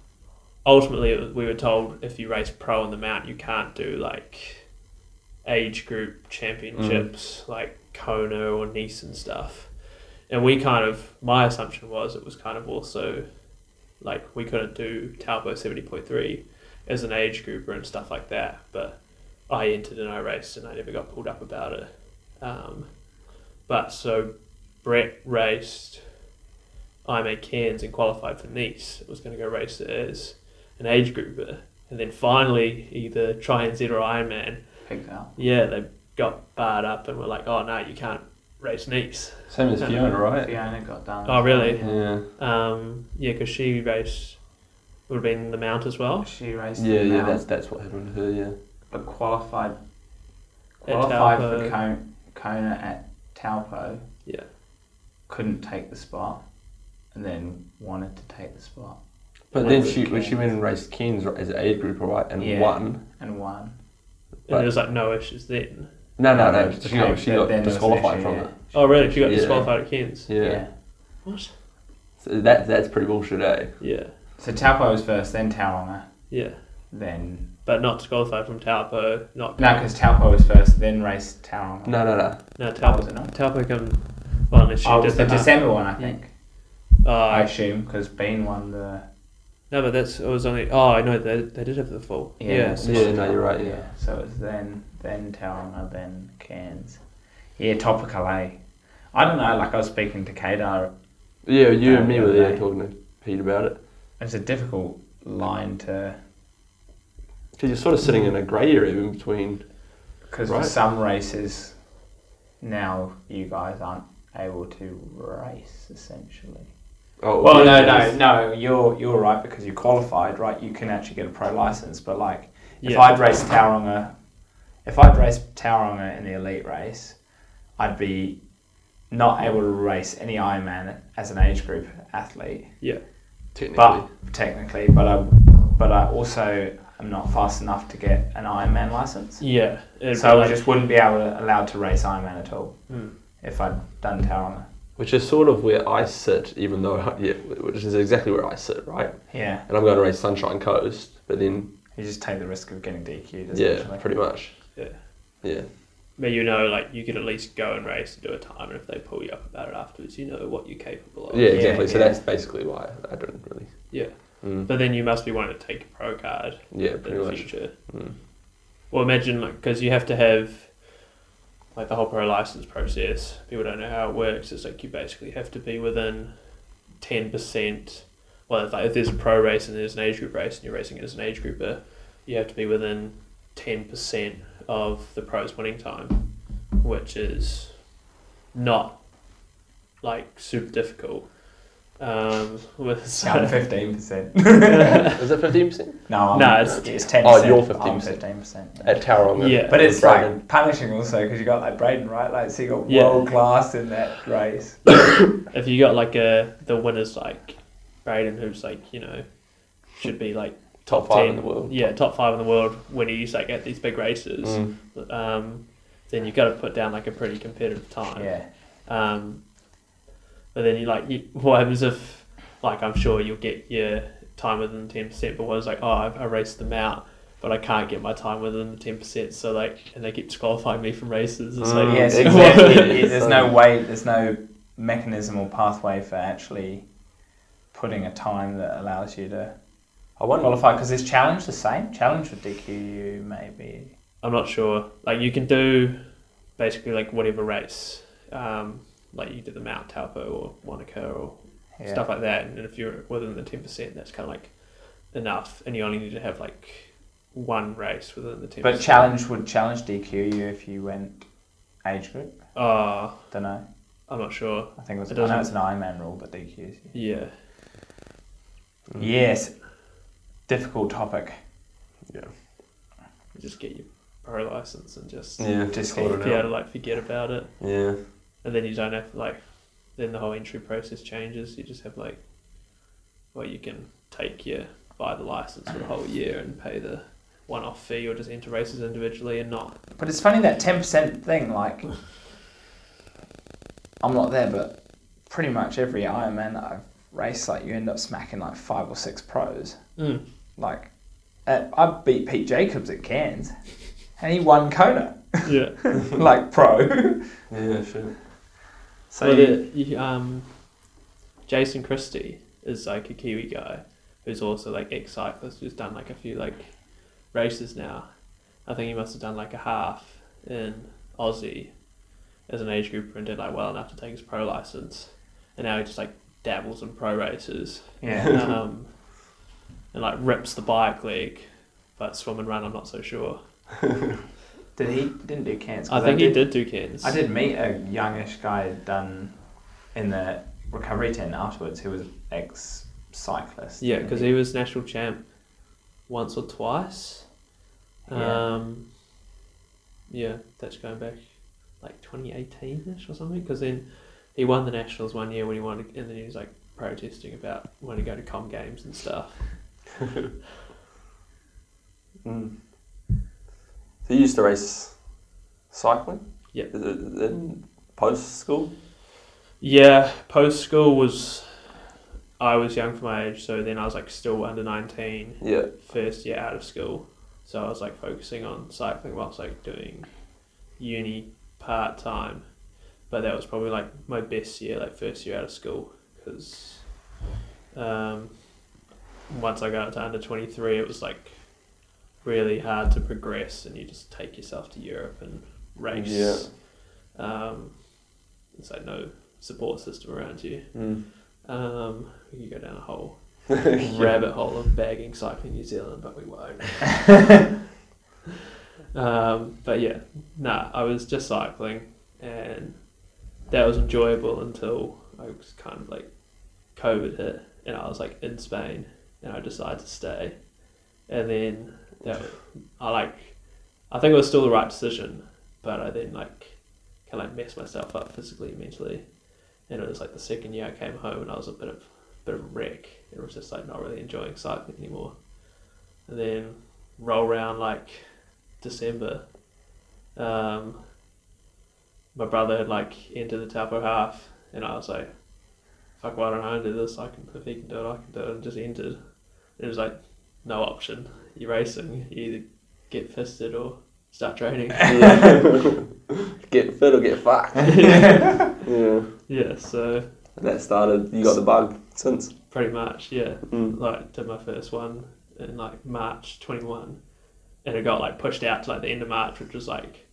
Ultimately, it was- we were told if you race pro on the mount, you can't do like age group championships like Kona or Nice and stuff. And we kind of my assumption was it was kind of also like we couldn't do Talpo seventy point three as an age grouper and stuff like that, but I entered and I raced and I never got pulled up about it. Um, but so Brett raced I made Cairns and qualified for Nice. Was going to go race as an age grouper, and then finally either try and Z or Ironman.
Picked out.
Yeah, they got barred up and were like, "Oh no, you can't race Nice."
Same as Fiona, right?
Fiona got done.
Oh, really?
Yeah.
Um, yeah, because she raced would have been in the mount as well.
She raced
Yeah,
in the
yeah,
mount,
that's that's what happened to her, yeah.
but qualified
At
qualified
Taupo.
for Kona, Kona at Taupo.
Yeah.
Couldn't take the spot, and then wanted to take the spot
But
Like
then
with
she when she
Cairns.
went and raced Cairns right, as an age grouper, right, and
Yeah.
won.
and won.
And there was like no issues then.
No, no,
No,
no.
no,
She got,
okay,
she
but
got
then it was an
disqualified
issue,
from
yeah.
it.
Oh really? She got
Yeah.
disqualified at Cairns.
Yeah.
What?
So that that's pretty bullshit, eh?
Yeah,
So Taupo was first, then Tauranga,
yeah.
then
But not disqualified from Taupo. Not
no, because Taupo was first, then raced Tauranga.
No, no, no.
no
That was
Taupo.
it, no?
Taupo come. Well, unless she
Oh, it
did
was the
half-
December one, I think.
Oh,
I assume because Bean won the.
No, but that's it was only. Oh, I know they, they did have the full. Yeah.
so- Yeah, no, you're right, yeah.
So it was then, then Tauranga, then Cairns. Yeah, topical, eh? I don't know. Like I was speaking to Kadar,
Yeah, you and me
Yeah,
were
no.
there talking to Pete about it.
it's a difficult line to
Because you're sort of sitting in a grey area in between.
because
Right.
for some races now you guys aren't able to race essentially.
Oh,
Well, no, no,
yeah,
no. You're you're right because you qualified, right? You can actually get a pro license, but like if
Yeah.
I'd raced Tauranga, if I'd raced Tauranga in the elite race, I'd be not able to race any Ironman as an age group athlete,
Yeah.
Technically.
but technically, but I but I also am not fast enough to get an Ironman license,
Yeah. it'd
so I
be like-
just wouldn't be able to, allowed to race Ironman at all
Mm.
if I'd done Tauranga.
Which is sort of where I sit, even though, yeah, which is exactly where I sit, right?
Yeah,
And I'm going to race Sunshine Coast, but then,
you just take the risk of getting DQ'd.
yeah,
Essentially.
pretty much.
Yeah.
Yeah.
But you know, like you could at least go and race and do a time, and if they pull you up about it afterwards, you know what you're capable of.
Yeah, exactly. so
yeah.
that's basically why I don't really.
Yeah.
Mm.
But then you must be wanting to take a pro card
Yeah,
in
pretty
the
much.
future.
Mm.
Well, imagine like because you have to have like the whole pro license process. People don't know how it works. It's like you basically have to be within ten percent. Well, if, like, if there's a pro race and there's an age group race and you're racing it as an age grouper, you have to be within ten percent of the pro's winning time, which is not like super difficult. Um, with
I'm fifteen percent.
is it 15%?
No, I'm,
No,
it's,
it's-
it's ten.
Oh, you're
I'm
15%.
fifteen percent.
At Tauranga.
Yeah.
But it's
with Braden.
like punishing also because you got like Braden right, like so you got
Yeah.
world class in that race.
if you got like a the winners like Braden, who's like you know should be like
top five in
10
the world.
yeah, top five in the world when he's like at these big races,
Mm.
um, then you've got to put down like a pretty competitive time.
Yeah,
Um, but then you like, you, what happens if, like, I'm sure you'll get your time within ten percent, but what is like, oh, I've, I raced them out, but I can't get my time within the ten percent, so like, and they keep disqualifying me from races. It's
Mm,
like,
yeah. So
exactly.
yeah, yeah, there's no
So-
way, there's no mechanism or pathway for actually putting a time that allows you to
I wonder.
qualify. Because is challenge the same? Challenge would DQ you maybe.
I'm not sure. Like you can do basically like whatever race, um, like you do the Mount Taupo or Wanaka or
Yeah.
stuff like that. And if you're within the ten percent, that's kind of like enough, and you only need to have like one race within the ten.
But challenge would challenge DQ you if you went age group.
Uh,
Don't know.
I'm not sure.
I think it was.
It
I know
doesn't-
it's an Ironman rule, but DQs you.
Yeah, Mm-hmm.
Yes, difficult topic.
Yeah.
Just get your pro license and just
Yeah.
Just
be
sort
able
it
to like forget about it.
Yeah.
and then you don't have like then the whole entry process changes you just have like well you can take your buy the license for the whole year and pay the one-off fee or just enter races individually and not
But it's funny that ten percent thing. Like, I'm not there, but pretty much every Ironman that I've raced, like you end up smacking like five or six pros.
mm.
Like, uh, I beat Pete Jacobs at Cairns, and he won Kona,
yeah
like pro.
Yeah, sure.
So
Well,
you,
the- you- um, Jason Christie is like a Kiwi guy who's also like ex cyclist who's done like a few like races now. I think he must have done like a half in Aussie as an age grouper and did like well enough to take his pro license, and now he just like dabbles in pro races
yeah.
um, and like rips the bike leg. But swim and run, I'm not so sure.
Did he didn't do Cairns?
I
'cause
think he did do Cairns.
I did meet a youngish guy done in the recovery tent afterwards who was ex cyclist.
Yeah, because he was national champ once or twice.
Yeah.
Um, yeah, that's going back like 2018 ish or something. Because then he won the nationals one year when he wanted, and then he was like protesting about wanting to go to com games and stuff.
Mm. So you used to race cycling?
Yeah.
Is it in post school?
Yeah, post school was I was young for my age, so then I was like still under 19.
Yeah.
first year out of school, so I was like focusing on cycling whilst like doing uni part time. But that was probably like my best year, like first year out of school, because um, once I got to under twenty three, it was like really hard to progress, and you just take yourself to Europe and race.
Yeah.
Um, it's like no support system around you.
Mm.
Um, you go down a hole
Yeah.
rabbit hole of bagging cycling New Zealand, but we won't. um, but yeah, nah, I was just cycling, and that was enjoyable until I was kind of like COVID hit, and I was like in Spain, and I decided to stay, and then that I like, I think it was still the right decision, but I then like kind of like messed myself up physically, and mentally, and it was like the second year I came home, and I was a bit of bit of a wreck. It was just like not really enjoying cycling anymore. And then roll round like December, um, my brother had like entered the Tapo half, and I was like, "Fuck, why don't I do this? I can if he can do it, I can do it." And just entered. It was like no option. You're racing. You either get fisted or start training.
get fit or get fucked. yeah.
yeah, so
And that started, you got the bug since.
pretty much yeah.
Mm.
like did my first one in like March 21 and it got like pushed out to like the end of March which was like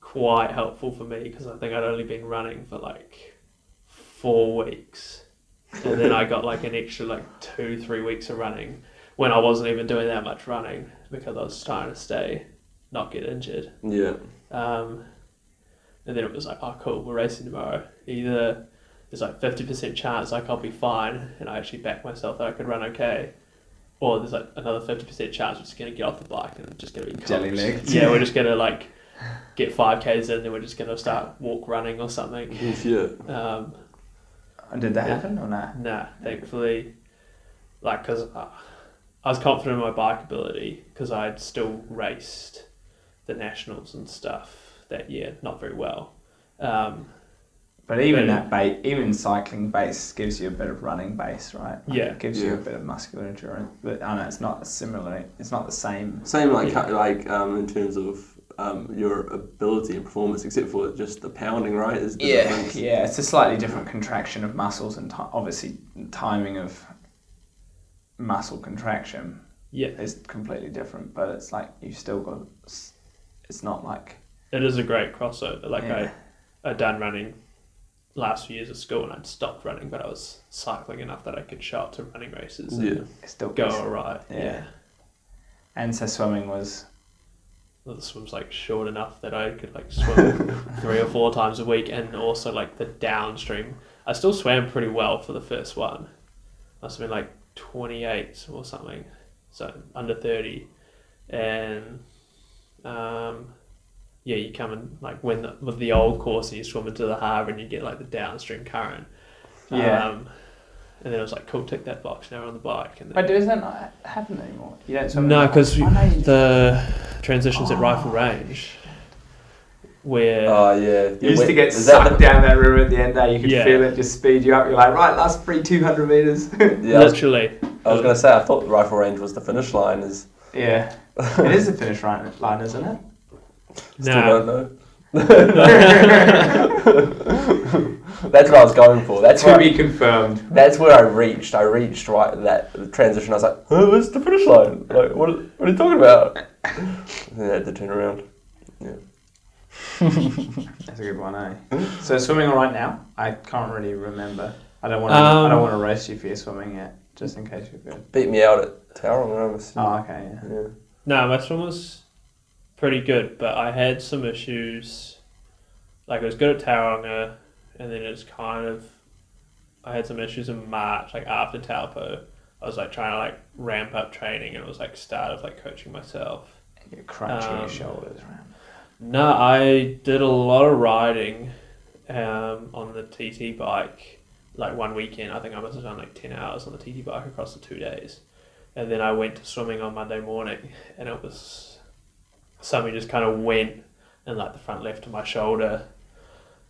quite helpful for me because I think I'd only been running for like four weeks and then I got like an extra like two three weeks of running when I wasn't even doing that much running because I was trying to stay not get injured
Yeah.
um, and then it was like, oh, cool, we're racing tomorrow. Either there's like 50% chance like I'll be fine and I actually back myself that I could run okay, or there's like another 50% chance I'm just going to get off the bike and I'm just going to be
Jelly
cooked.
legged.
Yeah, we're just going to like get 5Ks in and we're just going to start walk running or something.
Yeah.
Um,
And Did that
Yeah.
happen or nah?
Nah, thankfully, like, because uh, I was confident in my bike ability because I'd still raced the nationals and stuff that year, not very well. Um,
But even
Yeah.
that base, even cycling base gives you a bit of running base, right?
Yeah.
It gives you
Yeah.
a bit of muscular endurance. But I know it's not similar. It's not the same.
Same like
Yeah.
like um, in terms of um, your ability and performance, except for just the pounding, right? Is the difference.
Yeah. It's a slightly different contraction of muscles and ti obviously timing of muscle contraction
yeah,
is completely different. But it's like you've still got. s- It's not like
it is a great crossover. Like,
Yeah.
I, I'd done running last few years of school and I'd stopped running, but I was cycling enough that I could show up to running races and
Yeah.
it's still
go all right.
Yeah. And so swimming was.
Well, This swim's like short enough that I could like swim three or four times a week, and also like the downstream. I still swam pretty well for the first one. Must have been like twenty eight or something, so under thirty, and um, yeah, you come and like when the, with the old course, you swim into the harbour and you get like the downstream current.
Yeah.
Um, and then I was like, cool, tick that box. Now we're on the bike. And
But
then,
does that not happen anymore? You don't swim. in
no,
the-
because
I know you do.
the transitions at rifle range, where
Oh yeah.
You used
Wait,
to get
is that
sucked down that river at the end. There, you could
Yeah.
feel it just speed you up. You're like, right, last free 200 meters.
the- yeah, I was,
literally,
I was gonna say I thought the rifle range was the finish line. Is
yeah, it is the finish line, line isn't it?
still
no,
don't know. That's what I was going for. That's
To
where
be confirmed.
that's where I reached. I reached right that transition. I was like, oh, "That's the finish line. Like, what? What are you talking about?" And then I had to turn around.
That's a good one, eh? so swimming all right now? I can't really remember. I don't want to. I
Um,
don't want to roast you for your swimming yet, just in case you're good.
Beat me out at Tauranga. I'm assuming.
Oh, okay. Yeah.
Yeah.
no, my swim was pretty good, but I had some issues. Like I was good at Tauranga, and then it's kind of I had some issues in March, like after Taupo. I was like trying to like ramp up training, and it was like start of like coaching myself.
You're crunching
Um,
your shoulders. Right?
No, I did a lot of riding um, on the TT bike. Like one weekend, I think I must have done like 10 hours on the TT bike across the two days. And then I went to swimming on Monday morning, and it was something just kind of went and like the front left of my shoulder.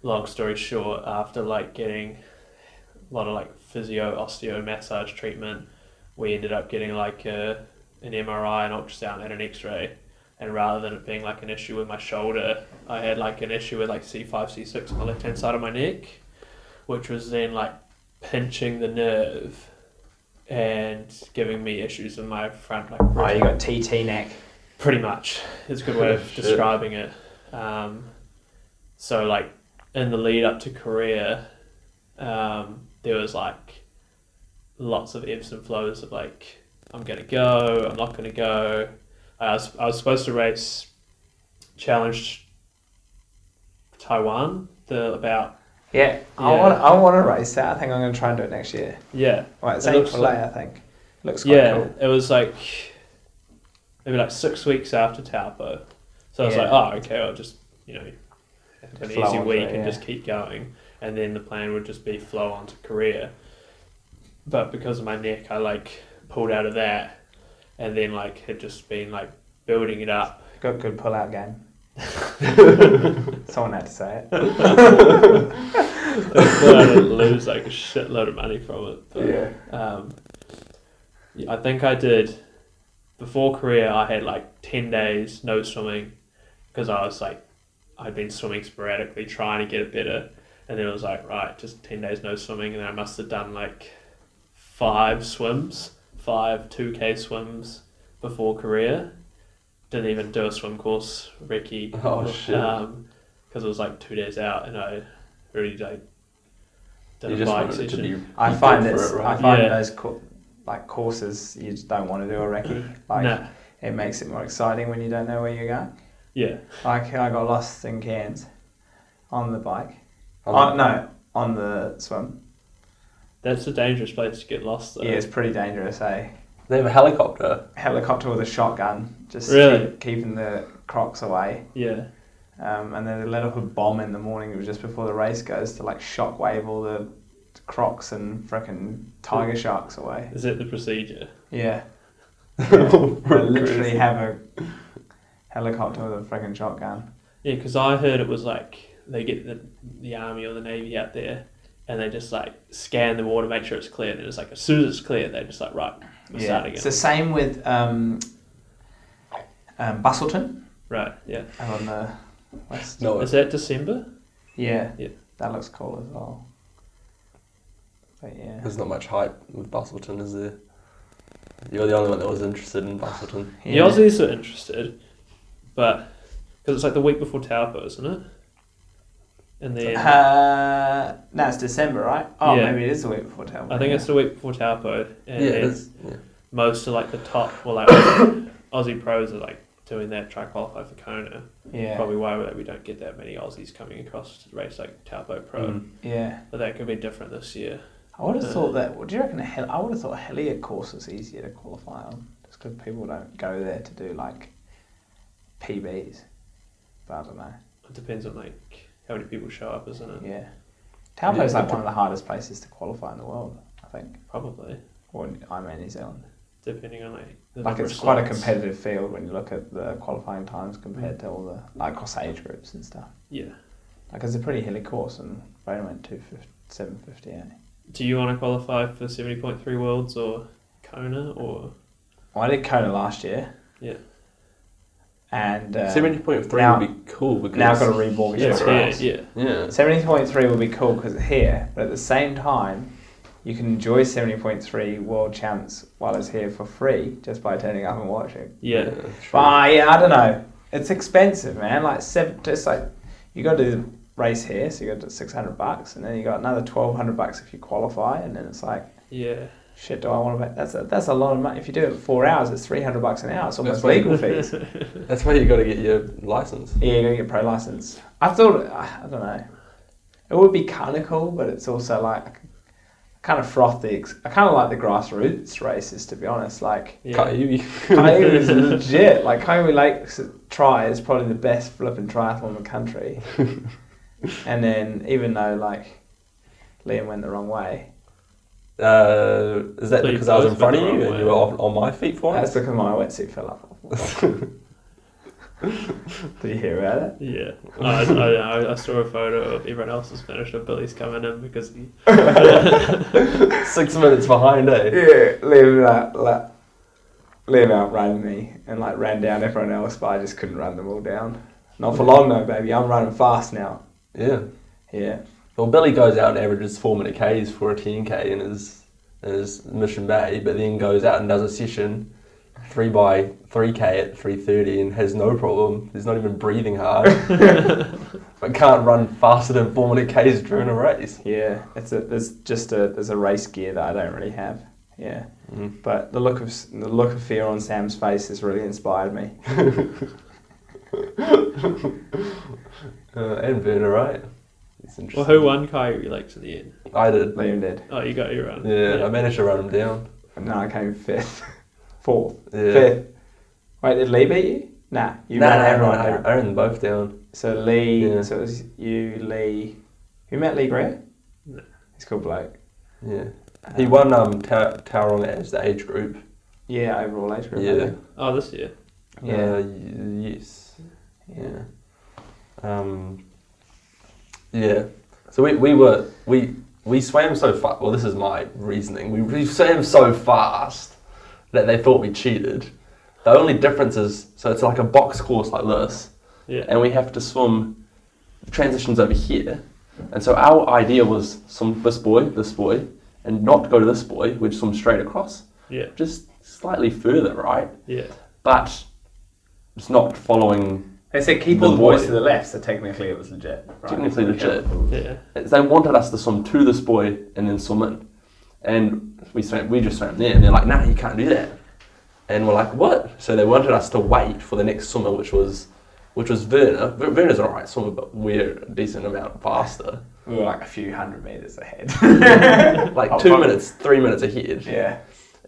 Long story short, after like getting a lot of like physio, osteo, massage treatment, we ended up getting like a, an MRI, an ultrasound, and an x ray and rather than it being like an issue with my shoulder, I had like an issue with like C5, C6 on the left hand side of my neck, which was then like pinching the nerve and giving me issues in my front like
Oh,
rib-
you got TT neck.
pretty much it's a good way of
Shit.
describing it um, so like in the lead up to korea um, there was like lots of ebbs and flows of like i'm gonna go i'm not gonna go i was, I was supposed to race challenge taiwan the about
Yeah, I
Yeah.
want. I want to race that. I think I'm going to try and do it next year.
yeah
Right, it's
It looks
April,
like-
eh, I think. Looks quite
yeah,
cool.
it was like maybe like six weeks after Taupo. So I was
Yeah.
like, oh, okay, I'll just you know have an
Flow
easy
on
week
through,
and
yeah.
just keep going, and then the plan would just be flow on to Korea. But because of my neck, I like pulled out of that, and then like had just been like building it up.
Got good pull-out game. Someone had to say it.
So I didn't lose like a shitload of money from it. But, Um, yeah, I think I did before Korea. I had like ten days no swimming because I was like I'd been swimming sporadically trying to get it better, and then I was like right, just ten days no swimming, and I must have done like five swims, five two k swims before Korea. Didn't even do a swim course, Ricky.
Oh, shit.
because it was like two days out, and I really like did
You
a
just
bike
wanted it to
session.
be.
I
you
find
go for
it's,
it,
I
right?
find
Yeah.
those co- like courses you just don't want to do a recce. Like
No.
it makes it more exciting when you don't know where you're going.
Yeah,
Like I got lost in Cairns on the bike.
On
On,
the-
no, on the swim.
That's a dangerous place to get lost, though.
Yeah, it's pretty dangerous. Eh?
They have a helicopter.
Helicopter with a shotgun, just
Really?
keep- keeping the crocs away.
Yeah.
Um, and then they let off a bomb in the morning. It was just before the race goes to like shockwave all the crocs and frickin' tiger sharks away.
Is that the procedure?
Yeah, I literally
Literally.
have a helicopter with a frickin' shotgun.
Yeah, because I heard it was like they get the, the army or the navy out there and they just like scan the water, make sure it's clear. And then it's like, as soon as it's clear, they're just like, right, we're starting
it's
it.
the same with um, um, Bustleton
Right, yeah.
out on the west.
No, it's
Is that December?
Yeah,
Yeah.
that looks cool as well. But yeah,
There's not much hype with Bustleton, is there? You're the only one that was interested in Bustleton.
The
Yeah.
Aussies are interested, but because it's like the week before Taupo, isn't it? And then
Uh, no, it's December, right? Oh,
Yeah.
maybe it is the week before Taupo.
I think it's the week before Taupo. And
yeah,
then
that's, yeah.
most of like the top, well, like Aussie pros are like doing their try qualify for Kona.
yeah,
probably why we- we don't get that many Aussies coming across to race like Taupo Pro.
Mm.
yeah.
But that could be different this year.
I would have
Uh,
thought that. Do you reckon a hel- I would have thought a Helier course was easier to qualify on? Just because people don't go there to do like PBs. But I don't know.
It depends on like how many people show up, isn't it?
Yeah,
Yeah,
Taupo is like
but-
one of the hardest places to qualify in the world. I think,
Probably
or in- I mean New Zealand.
depending on like the
Like
number
it's
of
quite a
slots.
competitive field when you look at the qualifying times compared to all the like cross age groups and stuff.
Yeah.
Like it's a pretty hilly course, and Rain went two seven fifty eight.
Do you want to qualify for seventy point three worlds or Kona or
Well, I did Kona last year.
Yeah.
And uh,
Mm. Seventy point three
now-
would be cool because
now I've got to remortgage
Yeah,
yeah,
it's
somewhere
yeah,
else.
yeah.
yeah.
70.3 will be cool because it's here, but at the same time, you can enjoy 70.3 World Champs while it's here for free just by turning up and watching.
Yeah.
true.
But yeah, I don't know. It's expensive, man. Like seven, just like you got to do the race here, so you got to 600 bucks, and then you got another 1200 bucks if you qualify, and then it's like.
Yeah.
Shit, do I want to? Pay? That's a that's a lot of money. If you do it for four hours, it's three hundred bucks an hour. It's almost
That's right.
legal fees.
um,
That's why you got to get your license.
Yeah, you gotta get pro license. I thought I I don't know. It would be kind of cool, but it's also like kind of froth the. ex- I kind of like the grassroots races, to be honest. Like
Yeah.
Coyote.
Kyogre is legit. Like Kyogre Lakes try is probably the best flipping triathlon in the country. and then even though like Liam went the wrong way,
Uh, is that
Please,
because I was in
both
front of
went
you
the wrong
and you were
way.
off, on my feet for
that's
it?
because my wetsuit fell off. Did you hear about it?
Yeah, I, I, I- I saw a photo of everyone else was finished, and Billy's coming in because he. yeah,
Six minutes behind, eh?
Yeah, Liam like, like Liam outran me and like ran down everyone else, but I just couldn't run them all down. Not for long though, baby. I'm running fast now.
yeah.
Yeah,
Well, Billy goes out and averages four minute Ks for a 10K in his, in his Mission Bay, but then goes out and does a session three by 3K at 3.30 and has no problem. He's not even breathing hard, but can't run faster than four minute Ks during a race.
yeah. It's a there's just a there's a race gear that I don't really have. Yeah,
Mm.
but the look of s- the look of fear on Sam's face has really inspired me.
Uh, and Werner, right? It's interesting.
well, who won Kyrie Lakes in the end?
I did.
Liam did.
Oh, you got your own.
Yeah, I managed to run him down.
And then I came fifth, fourth,
Yeah.
fifth. Wait, did Lee beat you? Nah, you
no,
ran
no,
everyone
I,
down.
I ran them both down.
So Lee,
Yeah.
so it was you, Lee. Who met Lee Gray?
No.
He's called Blake.
Yeah.
Uh,
He won um, Ta- Tauranga as the age group.
Yeah, overall age group. I
Yeah.
think.
Oh, this year.
Yeah.
Uh, y- yes. Yeah. Um, yeah. So we, we were we we swam so fast. Well, this is my reasoning. We, we swam so fast that they thought we cheated. The only difference is so it's like a box course like this,
Yeah.
and we have to swim transitions over here. And so our idea was swim this boy, this boy, and not go to this boy. We'd swim straight across,
Yeah.
just slightly further, right?
Yeah.
But it's not following
They said keep
The
all the boys
boy.
to the left, so technically it was legit. Right?
Technically legit.
Yeah.
They wanted us to swim to this boy and then swim in. And we swam, we just swam there, and they're like, nah, you can't do that. And we're like, what? So they wanted us to wait for the next swimmer, which was which was Werner. Ver- Werner's an alright swimmer, but we're a decent amount faster.
We were like a few hundred meters ahead.
Like
Oh,
two
fuck.
minutes, three minutes ahead.
yeah.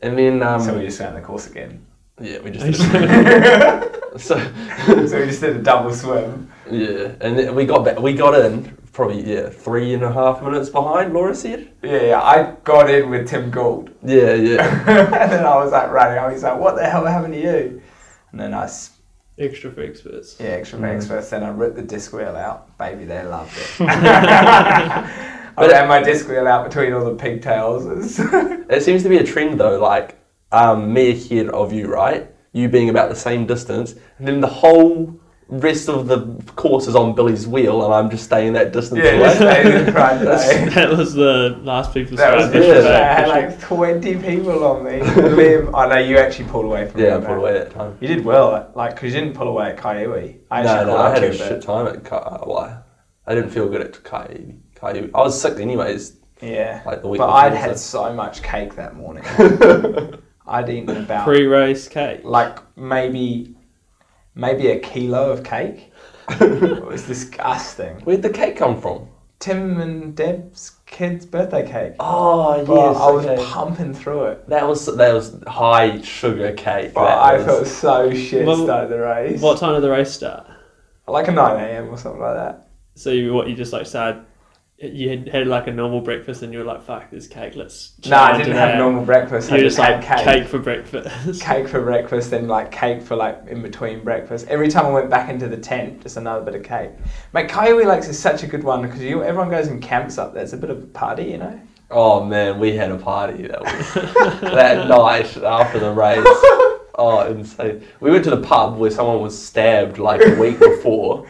And then um,
so we just ran the course again.
Yeah, we just
yeah.
so
so we just did a double swim.
Yeah. And then we got back we got in probably yeah, three and a half minutes behind, Laura said.
Yeah, yeah. I got in with Tim Gould.
Yeah, yeah.
and then I was like running. I was like, "What the hell happened to you?" And then I, s-
Extra for experts.
yeah, extra mm. experts. Then I ripped the disc wheel out. Baby, they loved it. I
But-
ran my disc wheel out between all the pigtails. It's-
It seems to be a trend though, like um, me ahead of you, right? You being about the same distance, and then the whole rest of the course is on Billy's wheel, and I'm just staying that distance
yeah, just
away.
stayed in front today.
That was the last people
That was
started.
Yeah.
literally- I had like twenty people on me. Liam, I know you actually pulled away from me.
yeah, I
man.
pulled away that time.
You did well, like because you didn't pull away at Kaiui. I
No,
actually
no,
caught
I
up
had
to
a
you,
shit
but
time at Kai. Why? I didn't feel good at Kai. Kai. I was sick anyways.
yeah.
Like the week
but
before,
I'd
so-
had so much cake that morning. I'd eaten about
Pre-race cake.
like maybe maybe a kilo of cake. it was disgusting.
Where'd the cake come from?
Tim and Deb's
kid's birthday cake.
Oh yes,
But I was
okay.
pumping through it.
That was that was high sugar cake.
But
that
I
was-
felt so shit
Well,
starting the race.
What time did the race start?
Like a 9 a.m. or something like that.
So you what you just like started. You had, had like a normal breakfast, and you were like, "Fuck this cake, let's."
No, I
change
didn't
it
have
out."
normal breakfast.
You
I
just
just
like
had
cake.
cake.
for breakfast.
Cake for breakfast, then like cake for like in between breakfast. Every time I went back into the tent, just another bit of cake. Mate, Kiowa Lakes is such a good one because you everyone goes and camps up there. It's a bit of a party, you know.
Oh man, we had a party that week. that night after the race. Oh, insane. We went to the pub where someone was stabbed like a week before.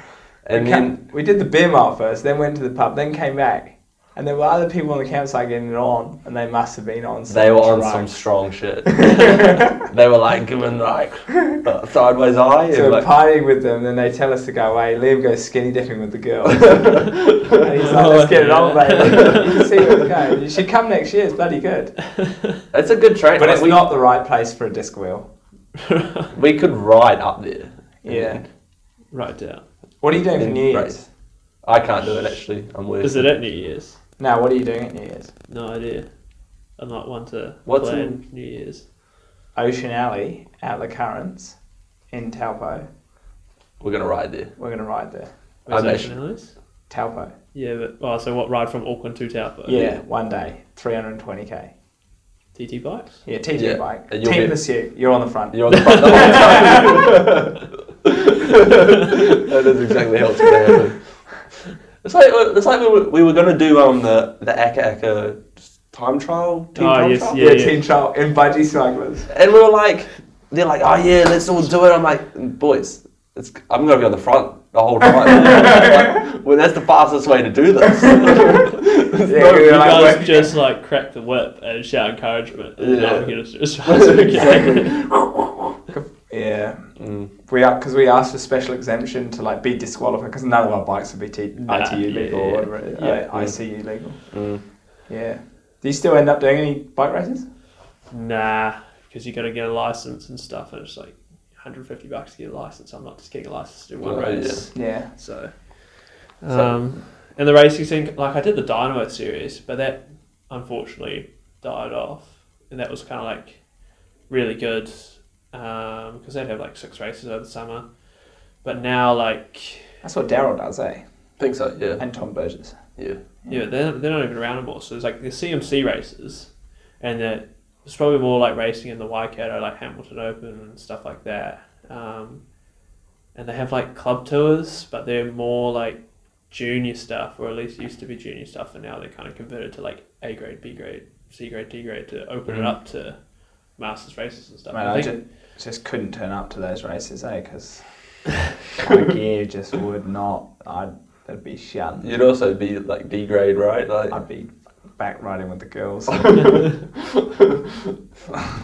And
we,
then
cam- we did the beer mile first, then went to the pub, then came back, and there were other people on the campsite getting it on, and they must have been on. Some
they were on
drug.
some strong shit. they were like giving like a sideways eye
So
and
we're
like
partying with them, then they tell us to go away. Liam goes skinny dipping with the girls. and he's like, let's get it on, baby. You can see where it's going. You should come next year, it's bloody good.
it's a good track.
But it's
we,
not the right place for a disc wheel.
we could ride up there.
Yeah.
right down.
What are you doing for
And
New Year's?
race. I can't do it actually. I'm working.
Is it at New Year's?
No, what are you doing at New Year's?
No idea. I'm not one to
What's
plan
in-
New Year's.
Ocean Alley, out the currents, in Taupo.
We're gonna ride there.
We're going to ride there.
Where's
I'm
that
actually-
finales?
Taupo.
Yeah, but oh, so what ride from Auckland to Taupo?
Yeah, one day, 320k.
TT bikes.
Yeah, TT
Yeah,
bike.
and you'll
Team
be-
Pursuit, you're on the front.
You're on the front the whole time. that is exactly how it's going to happen. It's like uh, it's like we were, we were going to do um the the Aka Aka time trial. Team
Ah,
time
yes,
trial?
yeah,
yeah,
yeah.
team trial in budgie smugglers.
And we were like, they're like, oh yeah, let's all do it. I'm like, boys, it's, I'm going to be on the front the whole time. Like, well, that's the fastest way to do this. There's
Yeah,
no-
we
You
were like,
guys
working-
just like crack the whip and shout encouragement. And
Yeah.
yeah. Get us as fast as we can.
Yeah,
Mm.
we because we asked for special exemption to like be disqualified because none of our bikes would be T-
Nah,
ITU
yeah,
legal
yeah.
or whatever it is,
Yeah.
uh, ICU legal.
Mm.
Yeah. Do you still end up doing any bike races?
Nah, because you got to get a license and stuff, and it's like 150 bucks to get a license. I'm not just getting a license to do one
Oh,
race.
Yeah.
So,
So-
um, and the racing thing, like I did the Dynamo series, but that unfortunately died off, and that was kind of like really good because they'd have like six races over the summer, but now like
That's what Daryl does, eh?
think so. Yeah,
And Tom Burgess.
yeah.
yeah, they're they're not even around anymore. So there's like the CMC races, and the, it's probably more like racing in the Waikato, like Hamilton Open and stuff like that. Um, and they have like club tours, but they're more like junior stuff, or at least used to be junior stuff, and now they're kind of converted to like A grade, B grade, C grade, D grade to open it
Mhm.
up to masters races and stuff.
Mm. Man,
I
I
think-
just, just couldn't turn up to those races, eh? Because my gear just would not. I'd, I'd be shunned.
You'd also be like D grade, right? Like
I'd be back riding with the girls.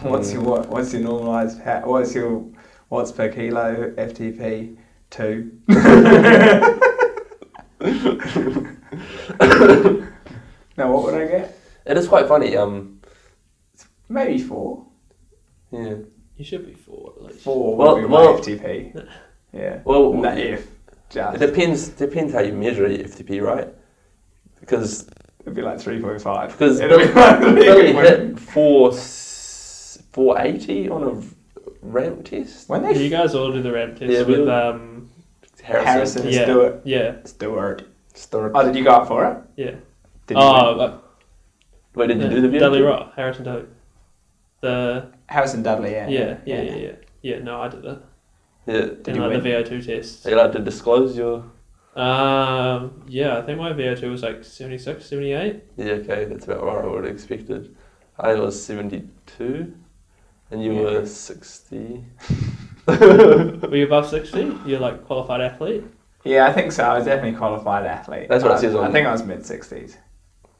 what's your what, what's your normalised? ha- What's your what's per kilo FTP two? now what would I get?
it is quite funny. Um,
Maybe four.
yeah.
you should be four at least.
Four
Well-
would be
well-
my FTP. Yeah.
Well,
No, if
It
just
depends. Depends how you measure your FTP, right? Because
it'd be like three point five.
because
it'll be like
Billy hit four four eighty on a ramp test.
when
You
they
guys all do the ramp test
Yeah, we
with
all-
um
Harrison,
Yeah.
do it.
yeah
Do it.
Stor-
Oh, did you go up for it?
yeah.
Did you
oh,
win?
uh,
Wait, did you
Yeah,
do the VMT?
Dudley Rock, Harrison Dudley. The
Harrison Dudley, yeah.
yeah, yeah, yeah, yeah, yeah. No, I did that.
Yeah.
Did
And
you
like
win?
the VO2 test.
Are you allowed to disclose your?
Um, yeah, I think my VO2 was like 76, 78.
Yeah. Okay, that's about what I would have expected. I was seventy two, and you
Yeah.
were sixty.
Were you above 60? You're like qualified athlete.
Yeah, I think so. I was definitely a qualified athlete.
That's what it
I-
says on-
I think I was mid sixties.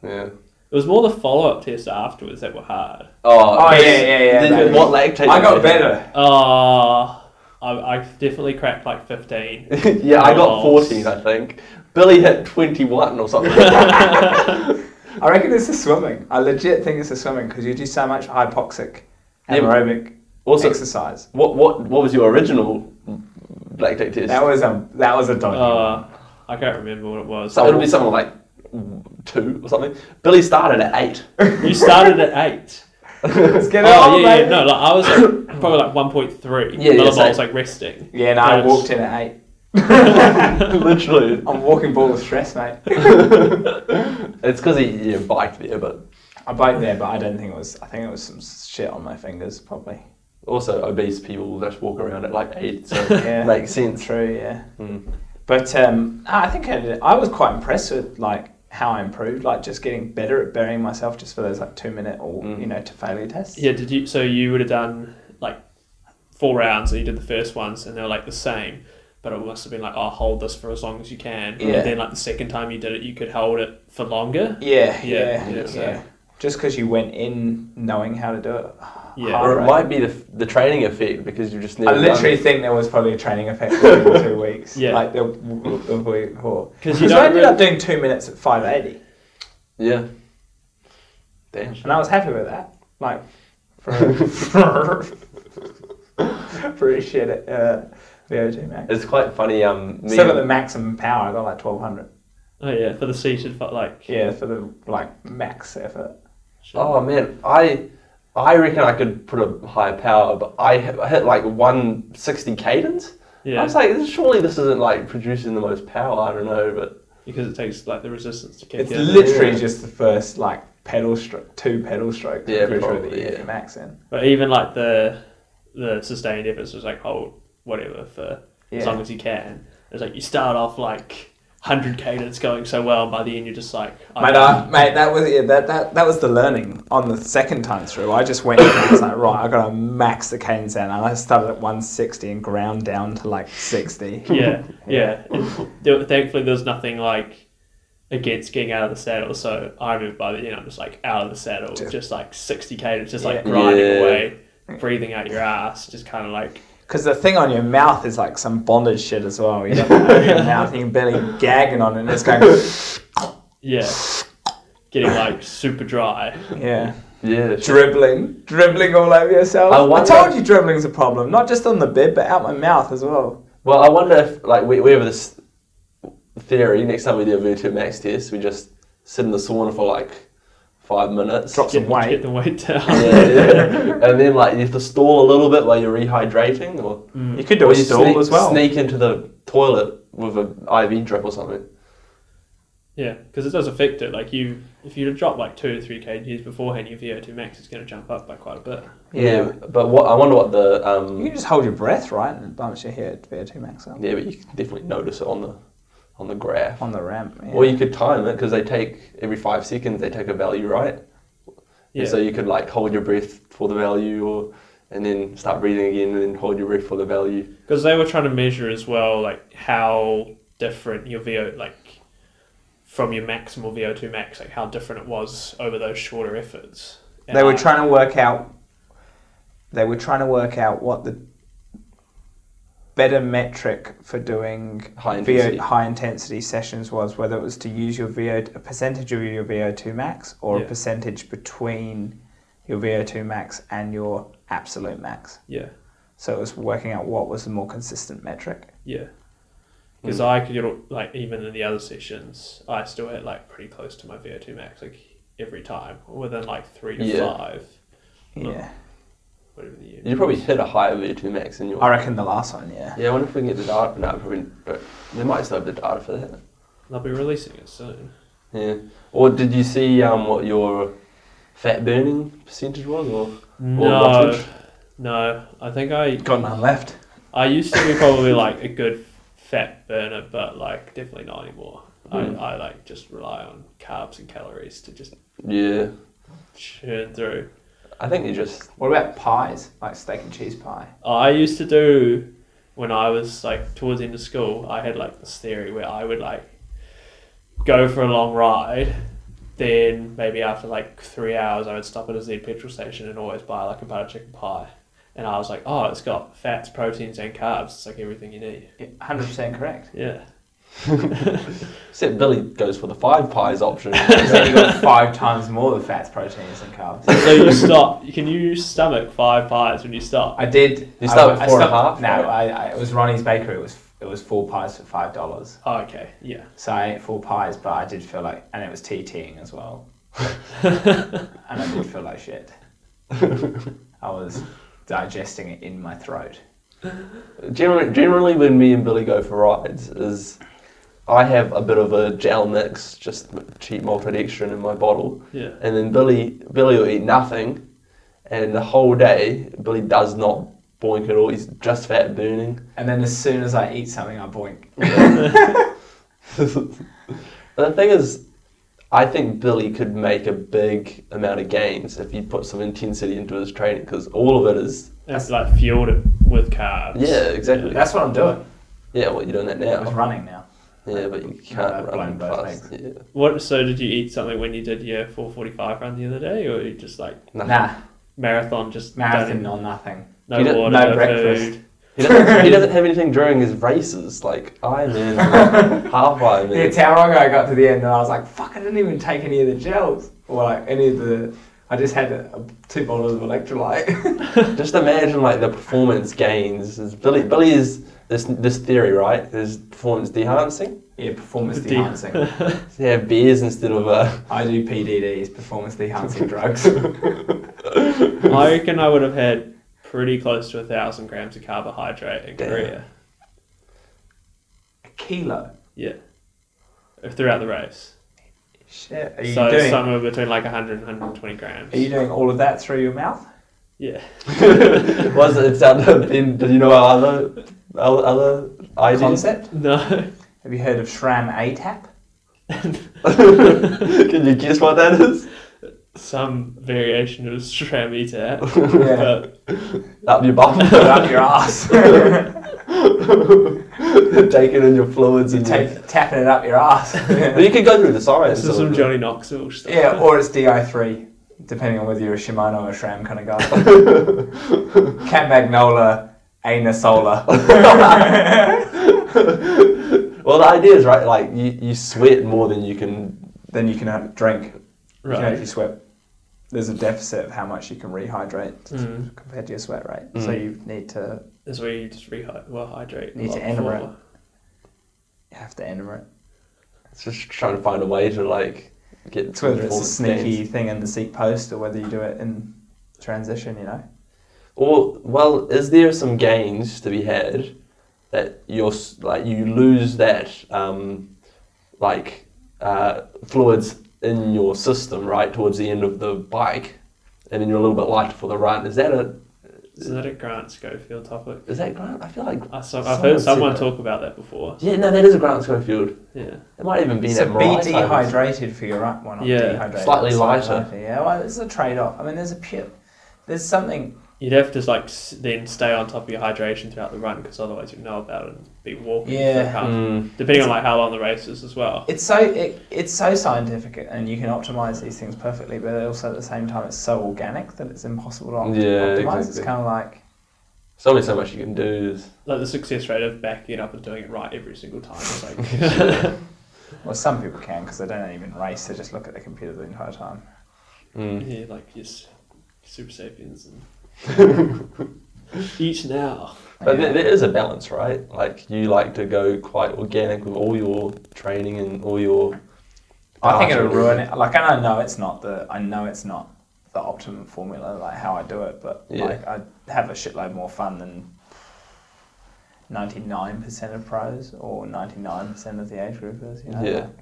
Yeah.
It was more the follow up tests afterwards that were hard.
Oh,
Oh,
yes.
yeah, yeah, yeah,
Then
that
what
is-
lactate?
I got
did
better.
Oh, I, I definitely cracked like 15.
you have? yeah, I got
Balls.
fourteen, I think. Billy hit twenty one or something.
I reckon it's the swimming. I legit think it's the swimming because you do so much hypoxic
Yeah, but-
anaerobic
also,
exercise.
What what what was your original black tech test?
That was a that was a dodgy. one.
Oh, Uh, I can't remember what it was.
so it'll be something like two or something. Billy started at eight.
You started at eight.
Let's get it
Oh,
on,
yeah, yeah,
baby.
no, like, I was like, probably like
Yeah,
1.3. Yeah,
yeah,
yeah,
same.
was like resting.
Yeah, no, I
Yes.
walked in at eight.
Literally.
I'm walking ball with stress, mate.
it's because he yeah, biked there, but
I biked there, but I don't think it was. I think it was some shit on my fingers, probably.
also obese people just walk around at like eight, so
Yeah.
makes sense.
True, yeah.
Hmm.
Mm.
But um, I think I, did, I was quite impressed with like how I improved, like just getting better at burying myself just for those like two minute or
Mm.
Hmm.
you know to failure tests.
Yeah, did you? So you would have done like four rounds, and you did the first ones, and they were like the same. But it must have been like, oh, hold this for as long as you can.
Yeah.
And then like the second time you did it, you could hold it for longer.
Yeah,
Yeah,
yeah,
yeah,
yeah.
so-
Just because you went in knowing how to do it.
Yeah.
Hard,
Or it
right?
might be the, the training effect because you've just never
I literally
done
think there was probably a training effect for two weeks.
Yeah.
Like the, the week before.
'Cause you
Because
don't
I ended
really-
up doing two minutes at 580.
it. Yeah. Damn.
And I was happy with that. Like, for, for, for a shit uh, VO2 max.
It's quite funny. Um, me
Still got
and-
the uh, maximum power, I got like 1200.
Oh yeah, for the seated, but like
Yeah, for the like max effort.
Oh man, I I reckon I could put a higher power, but I hit I hit, like 160 cadence.
yeah,
I was like, surely this isn't like producing the most power. I don't know, but
because it takes like the resistance to kick
It's
in.
literally
Yeah.
just the first like pedal stroke, two pedal strokes.
Yeah,
I'm pretty sure that
probably,
you get
yeah.
your max in.
But even like the the sustained efforts was like hold whatever for as
Yeah.
long as you can. It's like you start off like hundred k and it's going so well, and by the end you're just like,
Mate, I, mate, that was yeah, that, that that was the learning on the second time through. I just went and I was like, right, I gotta max the cadence down. And I started at 160 and ground down to like 60.
yeah, yeah. And there- thankfully, there's nothing like against getting out of the saddle. So I remember by the end, I'm just like out of the saddle, just,
Just-
like 60 k, it's just
Yeah.
like grinding
Yeah.
away, breathing out your ass, just kind of like
Because the thing on your mouth is like some bondage shit as well. You don't have your mouth, you're barely gagging on it, and it's going,
yeah, getting like super dry.
yeah,
yeah, sure.
dribbling, dribbling all over yourself.
I
I,
wonder-
told you dribbling's a problem, not just on the bib, but out my mouth as well.
Well, I wonder if like we, we have this theory. Next time we do a VO2 max test, we just sit in the sauna for like five minutes.
Drop some
Get, get
weight.
the weight down.
Yeah, yeah. and then like you have to stall a little bit while you're rehydrating, or
You could do
or
a
you
stall
sneak,
as well.
sneak into the toilet with an IV drip or something.
Yeah, because it does affect it. Like you, if you drop like two or three kgs beforehand, your VO2 max is going to jump up by quite a bit.
Yeah, but what I wonder what the um,
You can just hold your breath, right, and bounce your head via 2 max up
yeah, but you can definitely notice it on the on the graph.
on the ramp. Yeah.
Or you could time it because they take every five seconds they take a value, right?
Yeah,
And so you could like hold your breath for the value, or and then start breathing again, and then hold your breath for the value.
because they were trying to measure as well, like how different your VO, like from your maximal VO2 max, like how different it was over those shorter efforts. And
they were
I-
trying to work out. They were trying to work out what the better metric for doing
High
VO
intensity.
high intensity sessions was whether it was to use your VO a percentage of your VO2 max or
Yeah.
a percentage between your VO2 max and your absolute max.
Yeah,
So it was working out what was the more consistent metric.
yeah. Because I could you know, like even in the other sessions, I still had like pretty close to my VO2 max, like every time, within like three to
Yeah.
five,
Yeah,
whatever the year.
You probably hit a higher V2 max in your.
I reckon the last one. Yeah,
Yeah, I wonder if we can get the data. No, probably, but they might still have the data for that.
They'll be releasing it soon.
Yeah. Or did you see um, what your fat burning percentage was, or or
No,
wattage?
no. I think I
got none left.
I used to be probably like a good fat burner, but like definitely not anymore.
Hmm.
I, I like just rely on carbs and calories to just
Yeah.
churn through.
I think you just
What about pies, like steak and cheese pie?
I used to do when I was like towards the end of school. I had like this theory where I would like go for a long ride, then maybe after like three hours, I would stop at a Z petrol station and always buy like a butter chicken pie. And I was like, oh, it's got fats, proteins, and carbs. It's like everything you need.
Hundred percent correct.
Yeah.
Except Billy goes for the five pies option.
So you got five times more the fats, proteins, and carbs.
So you stop. Can you stomach five pies when you stop?
I did.
You start
I,
with four
I
and a half,
No, I,
right?
I, it was Ronnie's Bakery. It was it was four pies for five dollars.
Oh, okay. Yeah.
So I ate four pies, but I did feel like, and it was TTing as well, and I did feel like shit. I was digesting it in my throat.
Generally, generally, when me and Billy go for rides, is I have a bit of a gel mix, just cheap malted extra in my bottle,
yeah.
and then Billy Billy will eat nothing, and the whole day Billy does not boink at all. He's just fat burning.
And then as soon as I eat something, I boink.
the thing is, I think Billy could make a big amount of gains if he put some intensity into his training because all of it is
It's like fueled it with carbs.
yeah exactly yeah,
That's what I'm doing.
well you're doing that
I was
now
running now.
yeah but you
I've
can't
blown
run
both
fast yeah
What? So did you eat something when you did your 4:45 run the other day, or you just like
Nothing.
Nah,
marathon, just
marathon
done-
or nothing.
no
You didn't-
water,
no
no,
breakfast.
food?
he doesn't he doesn't have anything during his races like Ironman half
The
Ironman
tower I got to the end, and I was like, "Fuck! I didn't even take any of the gels or like any of the. I just had a, a- two bottles of electrolyte."
just imagine like the performance gains is Billy Billy is this this theory right is performance enhancing
yeah, performance
The de-
enhancing.
so you have beers instead of uh,
I do PDDs, performance enhancing drugs.
I reckon I would have had pretty close to a thousand grams of carbohydrate in
Damn.
Korea.
A kilo.
Yeah. Throughout the race,
Shit. Are you
so
doing?
somewhere between like 100 and 120 grams.
Are you doing all of that through your mouth?
yeah.
Was it sound then do you know our other our other ideas?
Concept.
No.
Have you heard of SRAM ATAP?
Can you guess what that is?
Some variation of SRAM ETAP.
Yeah.
But
Up your bum.
Put it up your ass.
Taking in your fluids and your-
Take, tapping it up your ass.
But you could go through the science.
this is
of
some
it.
Johnny Knoxville stuff.
yeah, or it's DI3, depending on whether you're a Shimano or SRAM kind of guy. Cat Magnola, Anasola.
well, the idea is right. Like you, you sweat more than you can.
then you can uh, drink. You can
Right.
actually sweat. There's a deficit of how much you can rehydrate t-
Mm.
compared to your sweat rate.
Mm.
So you need to
That's where you just rehydrate. Well, hydrate. a
Need to
lot
anaerobe.
before.
you have to enter it.
It's just trying to find a way to like get.
It's whether it's a
performance
sneaky
gains.
thing in the seat post or whether you do it in transition, you know?
Or well, is there some gains to be had that you're s- like you lose that um, like uh, fluids in your system right towards the end of the bike, and then you're a little bit lighter for the run. Is that a
Isn't that a Grant Schofield topic?
is that Grant? I feel like
I saw, I've
Someone
heard
said
someone
that.
talk about that before.
yeah, no, that is a Grant Schofield.
Yeah.
It might even be
so
that
be
Mariah Simons.
dehydrated for your run. Well, not
Yeah.
dehydrated,
Slightly
but
lighter.
Yeah, well, it's a trade off. I mean, there's a pure. There's something.
You'd have to just like s- then stay on top of your hydration throughout the run because otherwise you'd know about it and be walking. for
Yeah.
half-
Mm.
Depending on like how long the race is as well.
It's so it, it's so scientific, and you can optimize these things perfectly. But also at the same time, it's so organic that it's impossible to op-
Yeah,
optimize. It's
exactly.
kind of like
There's only so much you can do.
Like the success rate of backing it up and doing it right every single time. It's like
well, some people can because they don't even race; they just look at their computer the entire time.
Mm.
yeah, like yes, super sapiens and each now.
But
Yeah.
there, there is a balance, right? Like you like to go quite organic with all your training and all your.
I think it'll
diet.
ruin it. Like, and I know it's not the I know it's not the optimum formula, like how I do it, but
Yeah.
like I have a shitload more fun than ninety nine percent of pros or ninety nine percent of the age groupers. You know?
Yeah.
like,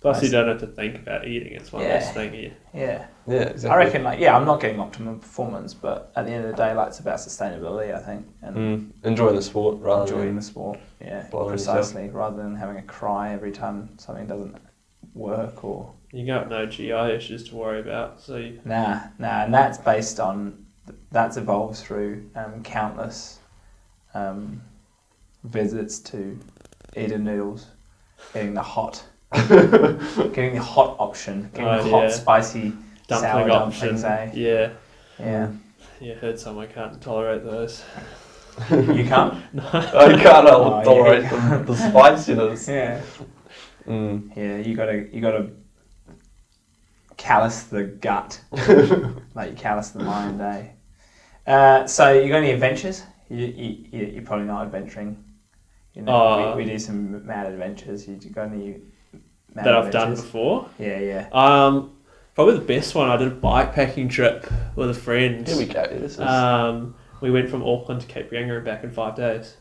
Plus you
Nice.
don't have to think about eating. It's one
Yeah.
less thing. Yeah.
yeah.
Yeah, exactly.
I reckon, like, yeah, I'm not getting optimum performance, but at the end of the day, like, it's about sustainability, I think, and
Mm. Enjoying the sport rather
enjoying
than
the sport. Yeah,
blowing yourself.
precisely. Rather than having a cry every time something doesn't work or
You got no GI issues to worry about. So you,
Nah, nah, and that's based on that's evolved through um, countless um, visits to Eden Noodles, getting the hot, getting the hot option, getting
Oh,
the hot
yeah.
spicy
dumpling
sour
option.
dumplings. Eh?
Yeah.
Yeah,
Yeah. Heard someone can't tolerate those.
you can't.
I can't
Oh, yeah.
tolerate the, the spiciness.
yeah,
Mm.
yeah, you gotta, you gotta callous the gut, like you callous the mind. Eh? Uh, so you got any adventures? You, you, you- you're probably not adventuring. You know,
Uh,
we, we do some mad adventures. You got any mad
that I've done
adventures?
before.
Yeah, yeah.
Um, probably the best one. I did a bikepacking trip with a friend.
Here we go. This is.
Uh,
Um, we went from Auckland to Cape Reinga and back in five days.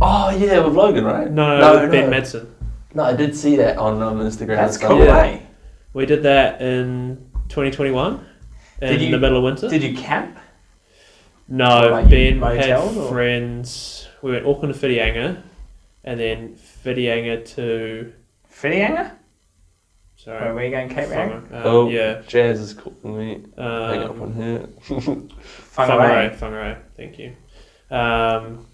oh yeah, with Logan, right?
No,
no,
Ben
no.
Madsen.
No, I did see that on um, Instagram.
That's
and stuff.
cool,
Yeah.
eh?
We did that in 2021 in
Did you-
the middle of winter.
Did you camp?
no,
like
Ben
motels
had
or-
friends. We went Auckland to Whitianga and then Whitianga to.
Whitianga? Where
Sorry.
were you going, Cape Rang?
Whangarei. Um,
Oh
Yeah.
Jazz is calling me. Hang up
Um,
on here.
Whangarei.
Whangarei, Whangarei, thank you. Um,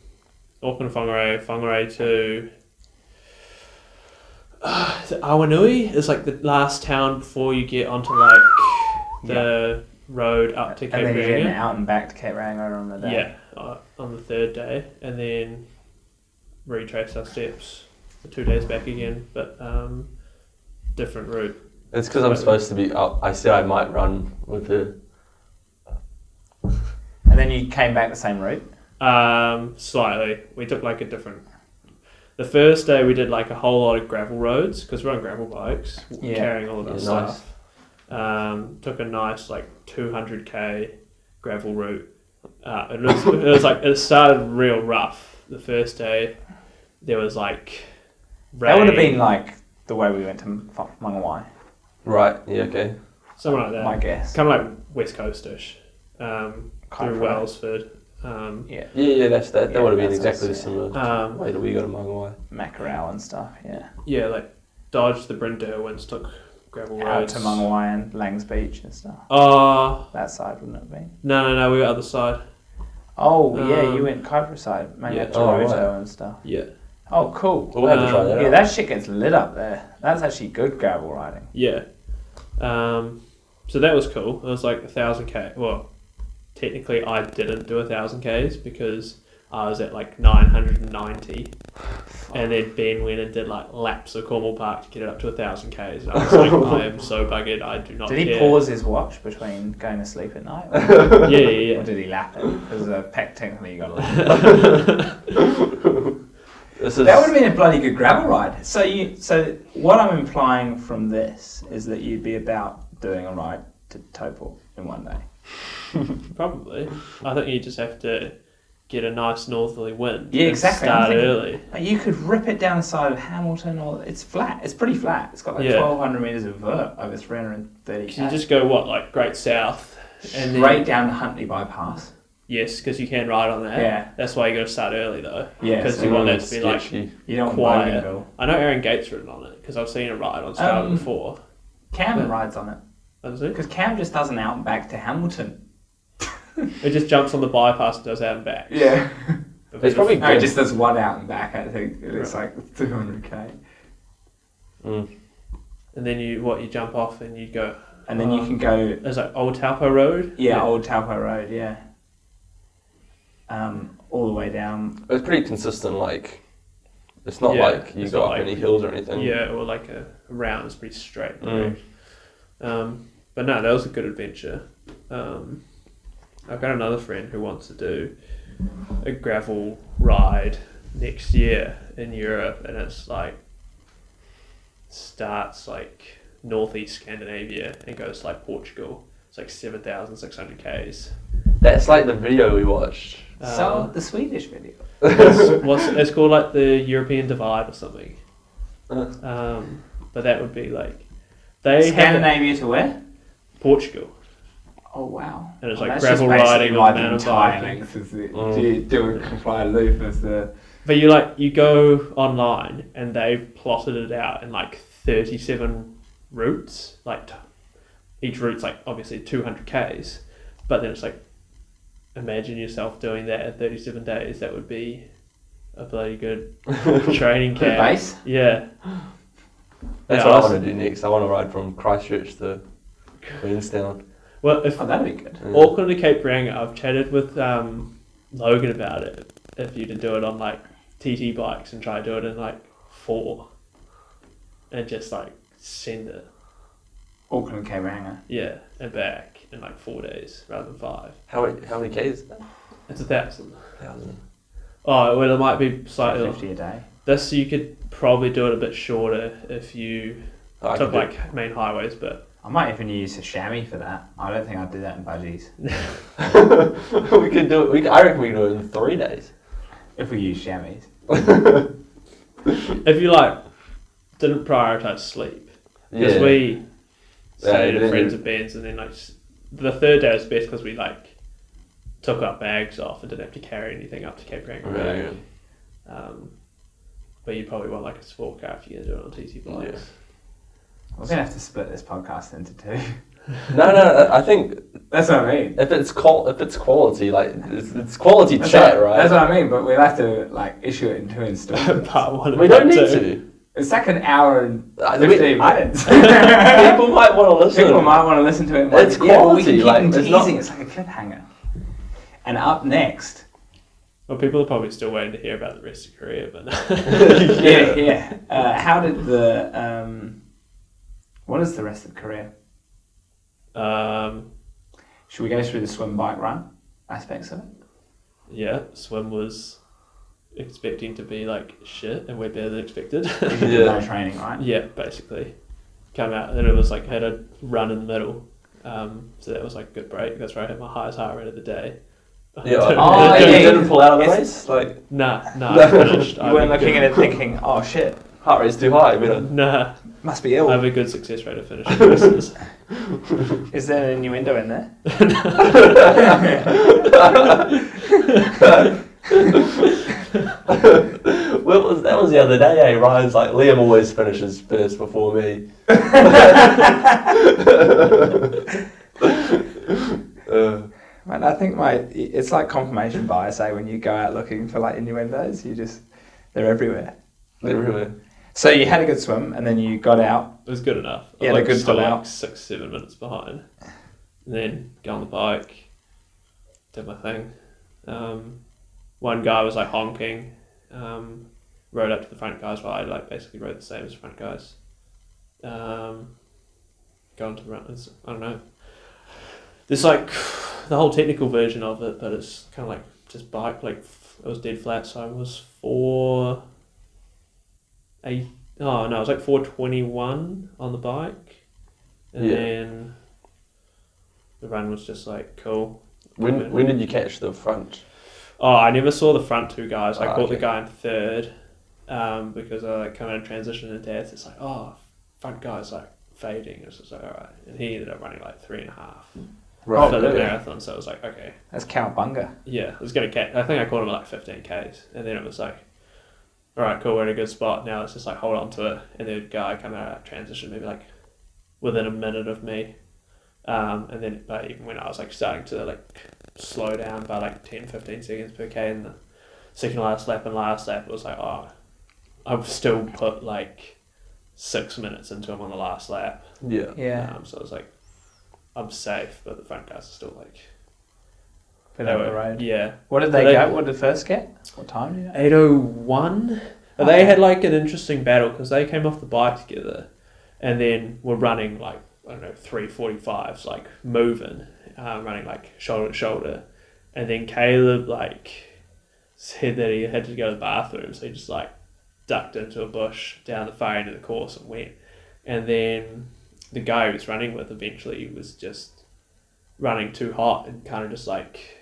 Auckland Whangarei, Whangarei to uh, is it Awanui is like the last town before you get onto like the road up to
And
Cape
then you did an
Reinga.
out and back to Cape Ranga on the day.
Yeah, uh, on the third day, and then retrace our steps the two days back again, but um, different route.
It's because I'm supposed to be up. I see. I might run with the.
And then you came back the same route.
Um, slightly. We took like a different. The first day we did like a whole lot of gravel roads because we're on gravel bikes,
Yeah.
carrying all of our
Yeah,
stuff. Um, took a nice like two hundred k gravel route. Uh, it, was, it was like it started real rough. The first day, there was like rain,
That would have been like the way we went to M- F- Mangawai,
Right. Yeah. Okay.
something like that,
my guess.
kind of like west coastish, um,
Kind
through
of right.
Wellsford. Um,
Yeah,
Yeah. Yeah. That's that. That
Yeah,
would have been
that's
exactly
us, yeah.
similar.
um,
Wait, we got a Mongol.
Mackerel and stuff, yeah.
yeah, like dodged the Brindlewins, took gravel
Out
roads
to Mangawai and Langs Beach and stuff.
Uh,
That side, wouldn't it be?
no, no, no, we were other side.
Oh, yeah, you
Um,
went Kaipara side, maybe
yeah.
up to
Oh, right.
Roto and stuff.
Yeah.
Oh, cool.
We'll have to try
Um,
that.
Yeah,
out.
that shit gets lit up there. That's actually good gravel riding.
Yeah. Um, so that was cool. It was like a thousand K. Well, technically, I didn't do a thousand Ks because I was at like 990. And then Ben went and did like laps of Cornwall Park to get it up to a thousand Ks. And I was like, I am so buggered. I do not
Did he
care.
pause his watch between going to sleep at night? Or,
Yeah, yeah,
or
yeah.
did he lap it? Because uh, pack technically you got to lap
This is.
That would have been a bloody good gravel ride. So you, so what I'm implying from this is that you'd be about doing a ride to Topol in one day.
Probably. I think you just have to get a nice northerly wind.
Yeah,
and
exactly. I'm
Start
thinking-
early.
Like you could rip it down the side of Hamilton, or it's flat. It's pretty flat. It's got like
Yeah.
1,200 meters of vert over 330.
You
k.
just go what like Great South, and then
right down the Huntley bypass.
Yes, because you can ride on that.
Yeah.
That's why you got to start early though.
Yeah,
Because
so
you want that
Everyone's
to be like.
sketchy.
You don't want
Quiet.
Bougainville.
I know Aaron Gates ridden on it because I've seen a ride on Star
Um,
before.
Cam
Yeah.
rides on it
Has it?
because Cam just does an out and back to Hamilton.
It just jumps on the bypass and does out and back. But
It's probably
no, it
good.
just does one out and back. I think it's like 200k.
Mm.
And then you what you jump off and you go.
And then you
um,
can go
There's like Old Taupo Road.
Yeah, Old Taupo Road, yeah. Um, all the way down.
It's pretty consistent. Like, it's not
Yeah,
like you
it's
go
not
up
like-
any hills or anything.
Yeah, or like a round. It's pretty straight.
Mm.
Um, but no, that was a good adventure. Um, I've got another friend who wants to do a gravel ride next year in Europe, and it's like starts like northeast Scandinavia and goes to like Portugal. It's like seven thousand six hundred k's. Um,
That's like the video we watched.
Uh,
so the Swedish video.
it's, what's, it's called like the European Divide or something.
Uh.
Um, but that would be like they have it-
Scandinavia to where?
Portugal.
Oh wow.
And it's
Well,
like
that's just
gravel
basically
riding on
like the
mountain
entire
biking.
length is the,
Mm.
do you do a fly loop as the
But you like you go online and they plotted it out in like thirty seven routes. Like t- each route's like obviously two hundred k's, but then it's like imagine yourself doing that in thirty seven days. That would be a bloody good training
the
camp.
base?
Yeah,
That's
Yeah,
what I
I was-
want to do next. I want to ride from Christchurch to Queenstown.
well if
Oh that'd be good.
Yeah.
Auckland to Cape Ranga, I've chatted with um, Logan about it. If you did do it on like TT bikes and try to do it in like four, and just like send it.
Auckland Cape Ranga.
Yeah, and back in like four days rather than five.
How many, how many Ks is that?
It's a thousand.
Thousand.
Oh, well, it might be slightly.
fifty a day.
This you could probably do it a bit shorter if you
Oh, I
took
could do-
like main highways, but
I might even use a chamois for that. I don't think I'd do that in budgies.
we could do it. We, I reckon we could do it in three days.
If we use chamois.
if you like didn't prioritize sleep because
Yeah.
we stayed
Yeah,
at
then
friends
you-
of Ben's and then like s- the third day was best because we like took our bags off and didn't have to carry anything up to Cape Kangaroo.
Oh, Yeah,
Um, but you probably want like a sport car if you're gonna do it on TC bikes.
Yeah.
We're gonna have to split this podcast into two.
No, no. I think
That's what I mean.
if it's qual, if it's quality, like it's, it's quality
That's
chat,
what,
right?
That's what I mean. But we'll have to like issue it in two installments.
Part one. and
we don't
part
need
two.
to.
it's like an hour and
I- we-
fifteen
I-
minutes.
People might want to listen.
People might want to listen to it. and
It's
like, yeah, well, we
quality,
can keep
like,
them
it's
teasing.
not-
It's like a cliffhanger. And up next,
Well, people are probably still waiting to hear about the rest of Korea, but
Yeah.
yeah, yeah. Uh, how did the um, what is the rest of Korea?
um,
Should we go through the swim, bike, run aspects of it?
yeah, swim was expecting to be like shit, and we're better than expected.
Yeah.
No training, right?
Yeah, basically. Come out, and then it was like had a run in the middle. Um, so that was like a good break. That's where I had my highest heart rate of the day.
Yeah.
Oh,
Oh,
yeah, yeah.
Didn't pull out of the
It's-
race. Like
Nah, nah, I finished. I
You weren't
have a
looking at
good-
it thinking, oh shit,
heart rate's too high. We don't.
Nah,
must be
I
ill.
have a good success rate of finishing races.
Is there an innuendo in there?
Well, was, that was the other day. Eh? Ryan's like Liam always finishes first before me. Uh,
Man, I think my it's like confirmation bias. Eh? When you go out looking for like innuendos, you just they're everywhere.
everywhere.
So you had a good swim, and then you got out.
It was good enough. I
Yeah,
was,
they're
like,
good
still
for now.
like six, seven minutes behind. And then got on the bike, did my thing. Um, one guy was like honking, um, rode up to the front guys while I like basically rode the same as the front guys. Um, going to the runners, I don't know. There's like the whole technical version of it, but it's kind of like just bike. Like f- it was dead flat, so I was four. Eight, oh no, it was like four twenty one on the bike, and
Yeah.
then the run was just like cool.
When when did you catch the front?
Oh, I never saw the front two guys. I
Ah,
caught
okay.
the guy in third, um, because I like, kind of transitioned into death. It's like oh, front guy's like fading. It's just like all right, and he ended up running like three and a half
Right.
for the
really?
marathon. So it was like okay,
That's cowabunga.
yeah, I was gonna catch. I think I caught him at like fifteen k's, and then it was like, all right, cool, we're in a good spot now. Let's just like hold on to it. And then the guy come out of transition maybe like within a minute of me, um, and then but even when I was like starting to like slow down by like 10, 15 seconds per k in the second last lap and last lap, it was like oh, I've still put like six minutes into him on the last lap.
Yeah.
Yeah,
Um, so I was like, I'm safe, but the front guys are still like
put out
they
the
were-
road.
Yeah.
What did they
They-
get? What did the first get? What time did you?
801. They had like an interesting battle because they came off the bike together and then were running like, I don't know, 345s, like moving, uh, running like shoulder to shoulder. And then Caleb like said that he had to go to the bathroom, so he just like ducked into a bush down the far end of the course and went. And then the guy he was running with eventually was just running too hot and kind of just like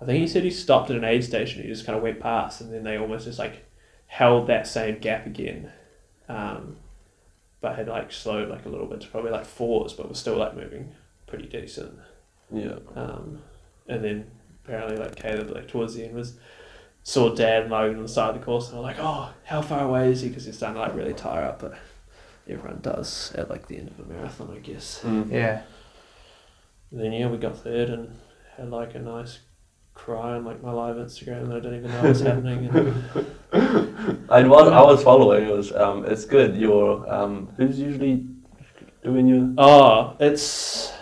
I think he said he stopped at an aid station. He just kind of went past, and then they almost just like held that same gap again, um, but had like slowed like a little bit to probably like fours, but was still like moving pretty decent.
Yeah.
Um, and then apparently like Caleb like towards the end was saw Dad mowing on the side of the course, and I'm like, oh, how far away is he? Because he's starting to like really tire up, but everyone does at like the end of a marathon, I guess.
Mm-hmm.
Mm.
Yeah,
And then yeah, we got third and had like a nice cry on like my live Instagram that I didn't even know was happening. And
I was I was following. It was um. It's good. Your um. Who's usually doing your?
oh, it's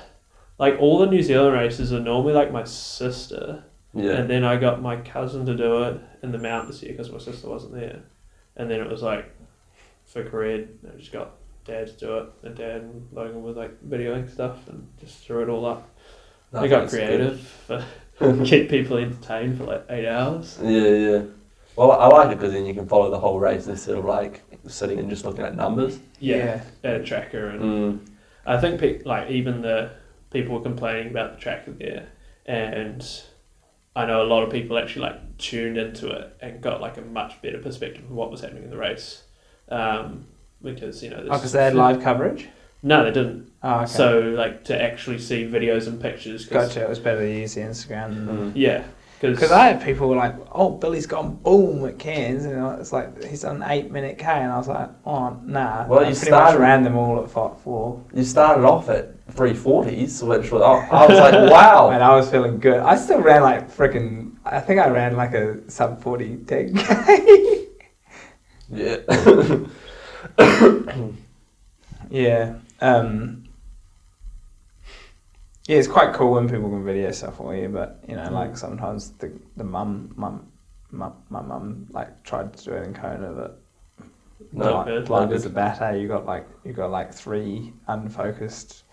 like all the New Zealand races are normally like my sister,
Yeah.
and then I got my cousin to do it in the mount this year because my sister wasn't there, and then it was like for career I just got dad to do it, and dad and Logan were like videoing stuff and just threw it all up.
No,
they got
that's good.
creative. keep people entertained for like eight hours.
Yeah, yeah. Well, I like it because then you can follow the whole race instead of like sitting and just looking at numbers.
Yeah, at a tracker, and
Mm.
I think pe- like even the people were complaining about the tracker there, and I know a lot of people actually like tuned into it and got like a much better perspective of what was happening in the race, um, because you know
Oh, because they had live coverage.
no they didn't
Oh, okay.
so like to actually see videos and pictures 'cause-
gotcha. It was better to use the Instagram.
Mm.
yeah
Because I had people were like, "Oh, Billy's gone boom at Cairns," and I- it's like he's done an eight-minute K, and I was like, "Oh, nah."
Well,
I
you
pretty much
started-
ran them all at five four,
You started off at three forties, which was I, I was like, wow.
and I was feeling good. I still ran like freaking. I think I ran like a sub forty ten K.
Yeah.
yeah. Um, yeah, it's quite cool when people can video stuff for you, but you know,
Mm.
like sometimes the the mum mum mum my mum like tried to do it in Kona, but
no.
Not good.
blind, blind as a bat. eh? You got like you got like three unfocused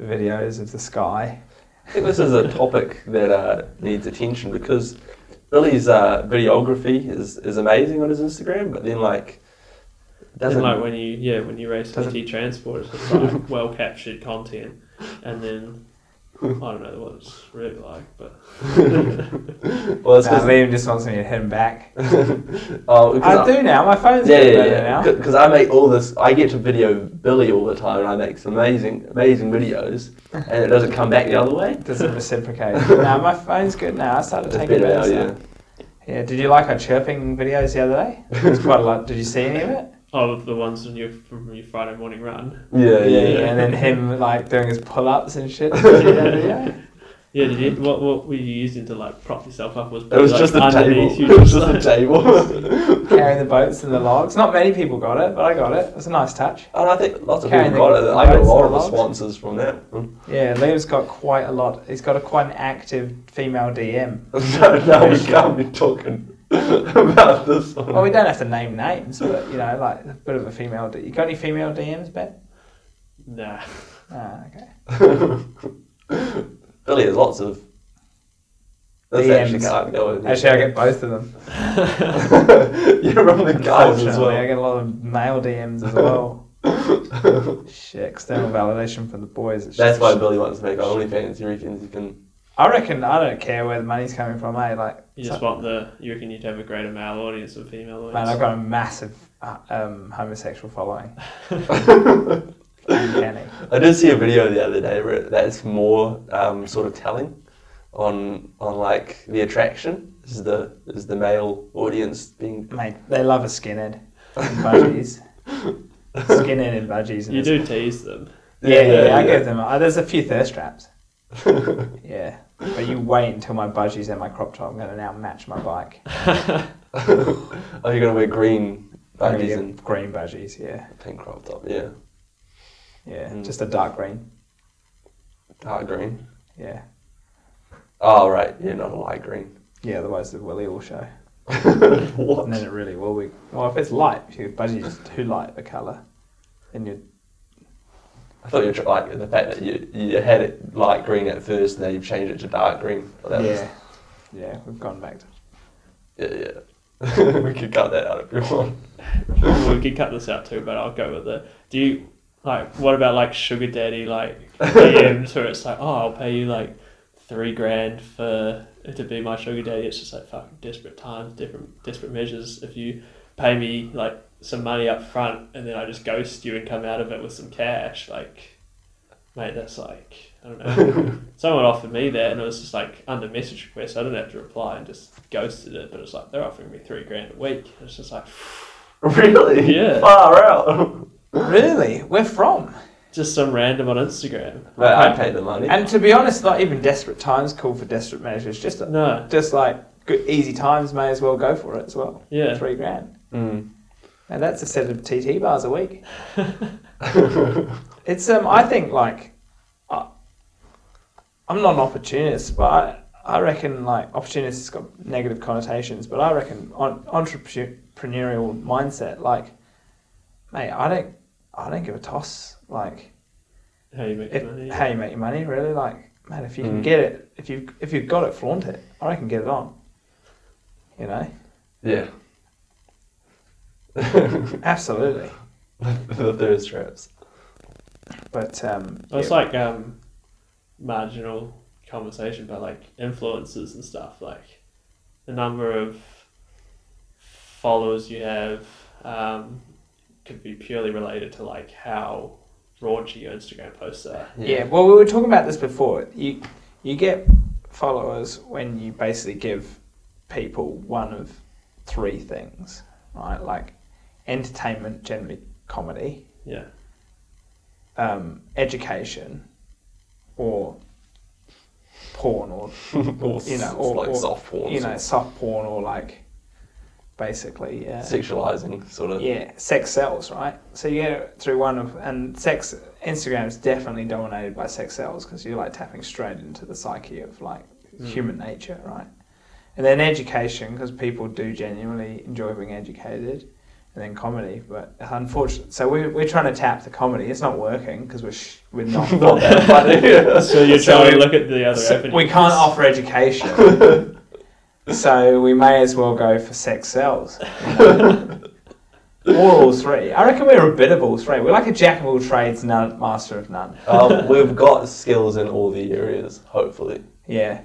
videos of the sky.
I think this is a topic that uh, needs attention because Billy's uh, videography is, is amazing on his Instagram, but then like doesn't
doesn't like when you yeah when you race
Doesn't-
PT transport it's just like well captured content, and then I don't know what it's really like, but
well, it's
Nah,
'cause-
Um, Liam just wants me to hit him back.
oh, 'cause
I do now. My phone's
Yeah,
getting
yeah,
better
yeah.
now.
Because I make all this, I get to video Billy all the time, and I make some amazing, amazing videos, and it doesn't come back the other way.
Doesn't reciprocate. now my phone's good now. I started
It's
taking
better now,
better
yeah.
stuff. Yeah. Did you like our chirping videos the other day? It's quite a lot. Did you see any of it?
oh the ones from your from your Friday morning run.
Yeah, yeah,
yeah.
And then him like doing his pull-ups and shit. Did you see that video?
Yeah, did you? What what were you using to like prop yourself up? Was
It was
like,
just a table.
underneath you,
It was just a
like-
table.
Carrying the boats and the logs. Not many people got it, but I got it. It was a nice touch.
And I think lots of
Carrying
people got
the
it. I got a
loads
lot
of
of
logs.
responses from that.
Yeah, Liam's got quite a lot. He's got a quite an active female DM.
so now we can't be talking about this one.
Well, Oh, we don't have to name names, but you know, like a bit of a female. D- you got any female DMs, Ben?
Nah,
Ah, okay.
Billy has lots of. That's actually
DMs.
can't go in.
Actually, I get both of them.
You're on the guys as
Unfortunately, I
well.
get a lot of male DMs as well. Shit, external validation for the boys. It's
That's
just-
why Billy wants to make OnlyFans. He reckons he can.
I reckon I don't care where the money's coming from, eh? Like,
you just want the. You reckon you'd have a greater male audience than female audience?
man, I've got a massive uh, um, homosexual following. Uncanny.
I did see a video the other day where that's more um, sort of telling on on like the attraction is the is the male audience being.
Mate, they love a skinhead and budgies. skinhead and budgies. And
You
it's-
do tease them.
Yeah, yeah,
Yeah,
I
yeah.
give them. Uh, there's a few thirst traps. yeah, but you wait until my budgies and my crop top. I'm going to now match my bike.
Oh, you're gonna wear green
I'm gonna
budgies
get
and
green budgies. Yeah,
pink crop top. Yeah,
yeah,
Mm.
just a dark green.
dark green.
Yeah,
Oh right, yeah, not a light green.
yeah. Otherwise, the willy will show,
What?
and then it really will be. Well, if it's light, if your budgie's too light a colour, then you.
I thought you were tr- like the fact that you you had it light green at first, and then you've changed it to dark green. Well, that was-
Yeah, yeah. We've gone back to.
yeah, yeah. we could cut that out if you want.
we could cut this out too, but I'll go with it. Do you like what about like sugar daddy like DMs where it's like, oh, I'll pay you like three grand for to be my sugar daddy? It's just like fucking desperate times, different desperate measures. If you pay me like some money up front and then I just ghost you and come out of it with some cash, like mate, that's like I don't know. Someone offered me that and it was just like under message request. I didn't have to reply and just ghosted it, but it's like they're offering me three grand a week. It's just like
Really?
Yeah.
Far out.
Really, we're from.
Just some random on Instagram.
Mate, I paid the money.
And to be honest, not even desperate times call for desperate measures. Just,
No,
just like good easy times, may as well go for it as well.
yeah.
Three grand.
Mm.
And that's a set of TT bars a week. it's um, I think like, I, I'm not an opportunist, but I, I reckon like opportunist has got negative connotations. But I reckon on, entrepreneurial mindset, like, mate, I don't, I don't give a toss. Like,
How you make
if,
money?
how you make your money, really. Like, man, if you can
Mm.
get it, if you if you've got it, flaunt it. I reckon get it on. You know,
Yeah.
absolutely.
there is traps.
But um,
Well, It's
yeah,
like um, marginal conversation, but like influences and stuff, like the number of followers you have um, could be purely related to like how raunchy your Instagram posts are.
yeah. Well, we were talking about this before. You you get followers when you basically give people one of three things, right? Like entertainment, generally comedy,
Yeah,
um, education, or porn or
or,
you know,
or,
or-
like
or,
soft porn,
you
sort
know,
of
soft porn or like basically yeah,
sexualizing sort of.
yeah, sex sells, right? So you get it through one of and sex Instagram's definitely dominated by sex sells because you're like tapping straight into the psyche of like human nature, right? And then education because people do genuinely enjoy being educated. And then comedy, but unfortunately, so we're, we're trying to tap the comedy. It's not working because we're sh- we're not.
Not that funny.
so you're
So
trying to
we-
look at the other.
So
avenues.
we can't offer education. so we may as well go for sex sells. you know. or all three. I reckon we're a bit of all three. We're like a jack of all trades, none, master of none.
um, we've got skills in all the areas, hopefully.
Yeah.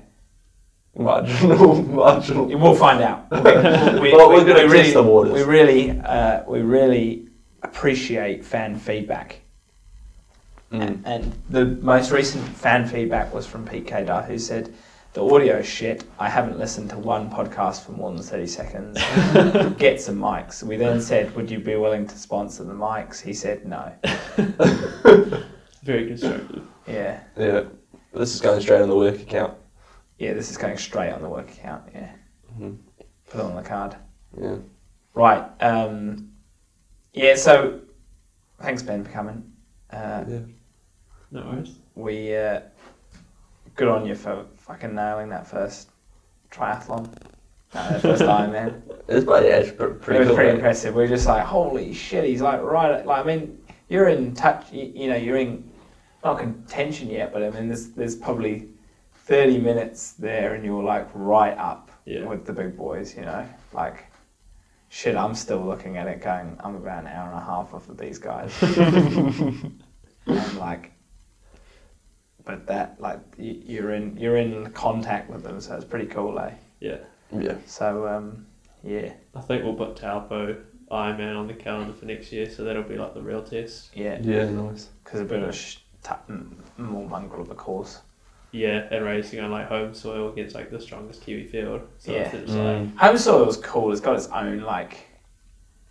Marginal, marginal.
We'll find out. We,
Well, we're gonna test
really,
the waters.
We really, uh, we really appreciate fan feedback.
Mm.
And the most recent fan feedback was from Pete Kedar, who said, The audio is shit. I haven't listened to one podcast for more than 30 seconds. Get some mics. We then said, Would you be willing to sponsor the mics? He said, No.
Very constructive.
Yeah.
Yeah. This is going straight on the work account.
Yeah, this is going straight on the work account. Yeah.
Mhm.
Put it on the card.
Yeah.
Right. Um, yeah, so thanks, Ben, for coming. Uh,
yeah.
No worries.
we, uh, good on you for fucking nailing that first triathlon. No, that first Ironman.
It's pretty, yeah, it's pr- pretty
it was
cool.
pretty
eh?
impressive. We were just like, holy shit, he's like right. at- Like I mean, you're in touch. You, you know, you're in not contention yet, but I mean, there's there's probably thirty minutes there, and you're like right up
Yeah.
with the big boys. You know, like shit. I'm still looking at it, going, I'm about an hour and a half off of these guys. and like, but that like you, you're in you're in contact with them, so it's pretty cool, eh?
Yeah,
Yeah.
So um, yeah,
I think we'll put Taupo Ironman on the calendar for next year, so that'll be like the real test.
yeah.
Yeah, nice.
because a bit of sh- ta- m- more mongrel of a course.
Yeah, and racing on like home soil against like the strongest Kiwi field. So
Yeah.
it's just
Mm.
Home soil's cool. It's got its own like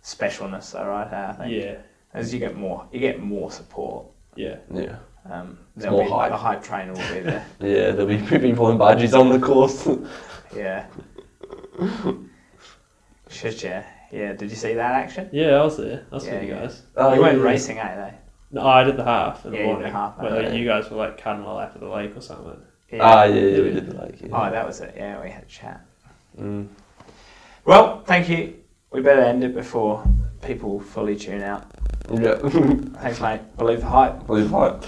specialness, though, right? I
like
think.
yeah,
As you get more, you get more support.
yeah.
Yeah.
Um,
It's
there'll
more
be,
hype.
The hype trainer will be there.
Yeah, there'll be people in budgies on the course.
yeah. Shit, yeah. Yeah. Did you see that action?
Yeah, I was there. I was
Yeah,
with you
yeah.
guys.
Oh,
you weren't
yeah.
racing, eh?
No, I did the half
Yeah,
in the
you did
morning.
the half,
but
okay.
you guys were like cutting a lap of the lake or something.
Though?
Ah, yeah, yeah, we did like it.
Oh, that was it. Yeah, we had a chat.
Mm.
Well, thank you. We better end it before people fully tune out.
Yeah.
Thanks, mate. Believe the hype.
Blue pipe.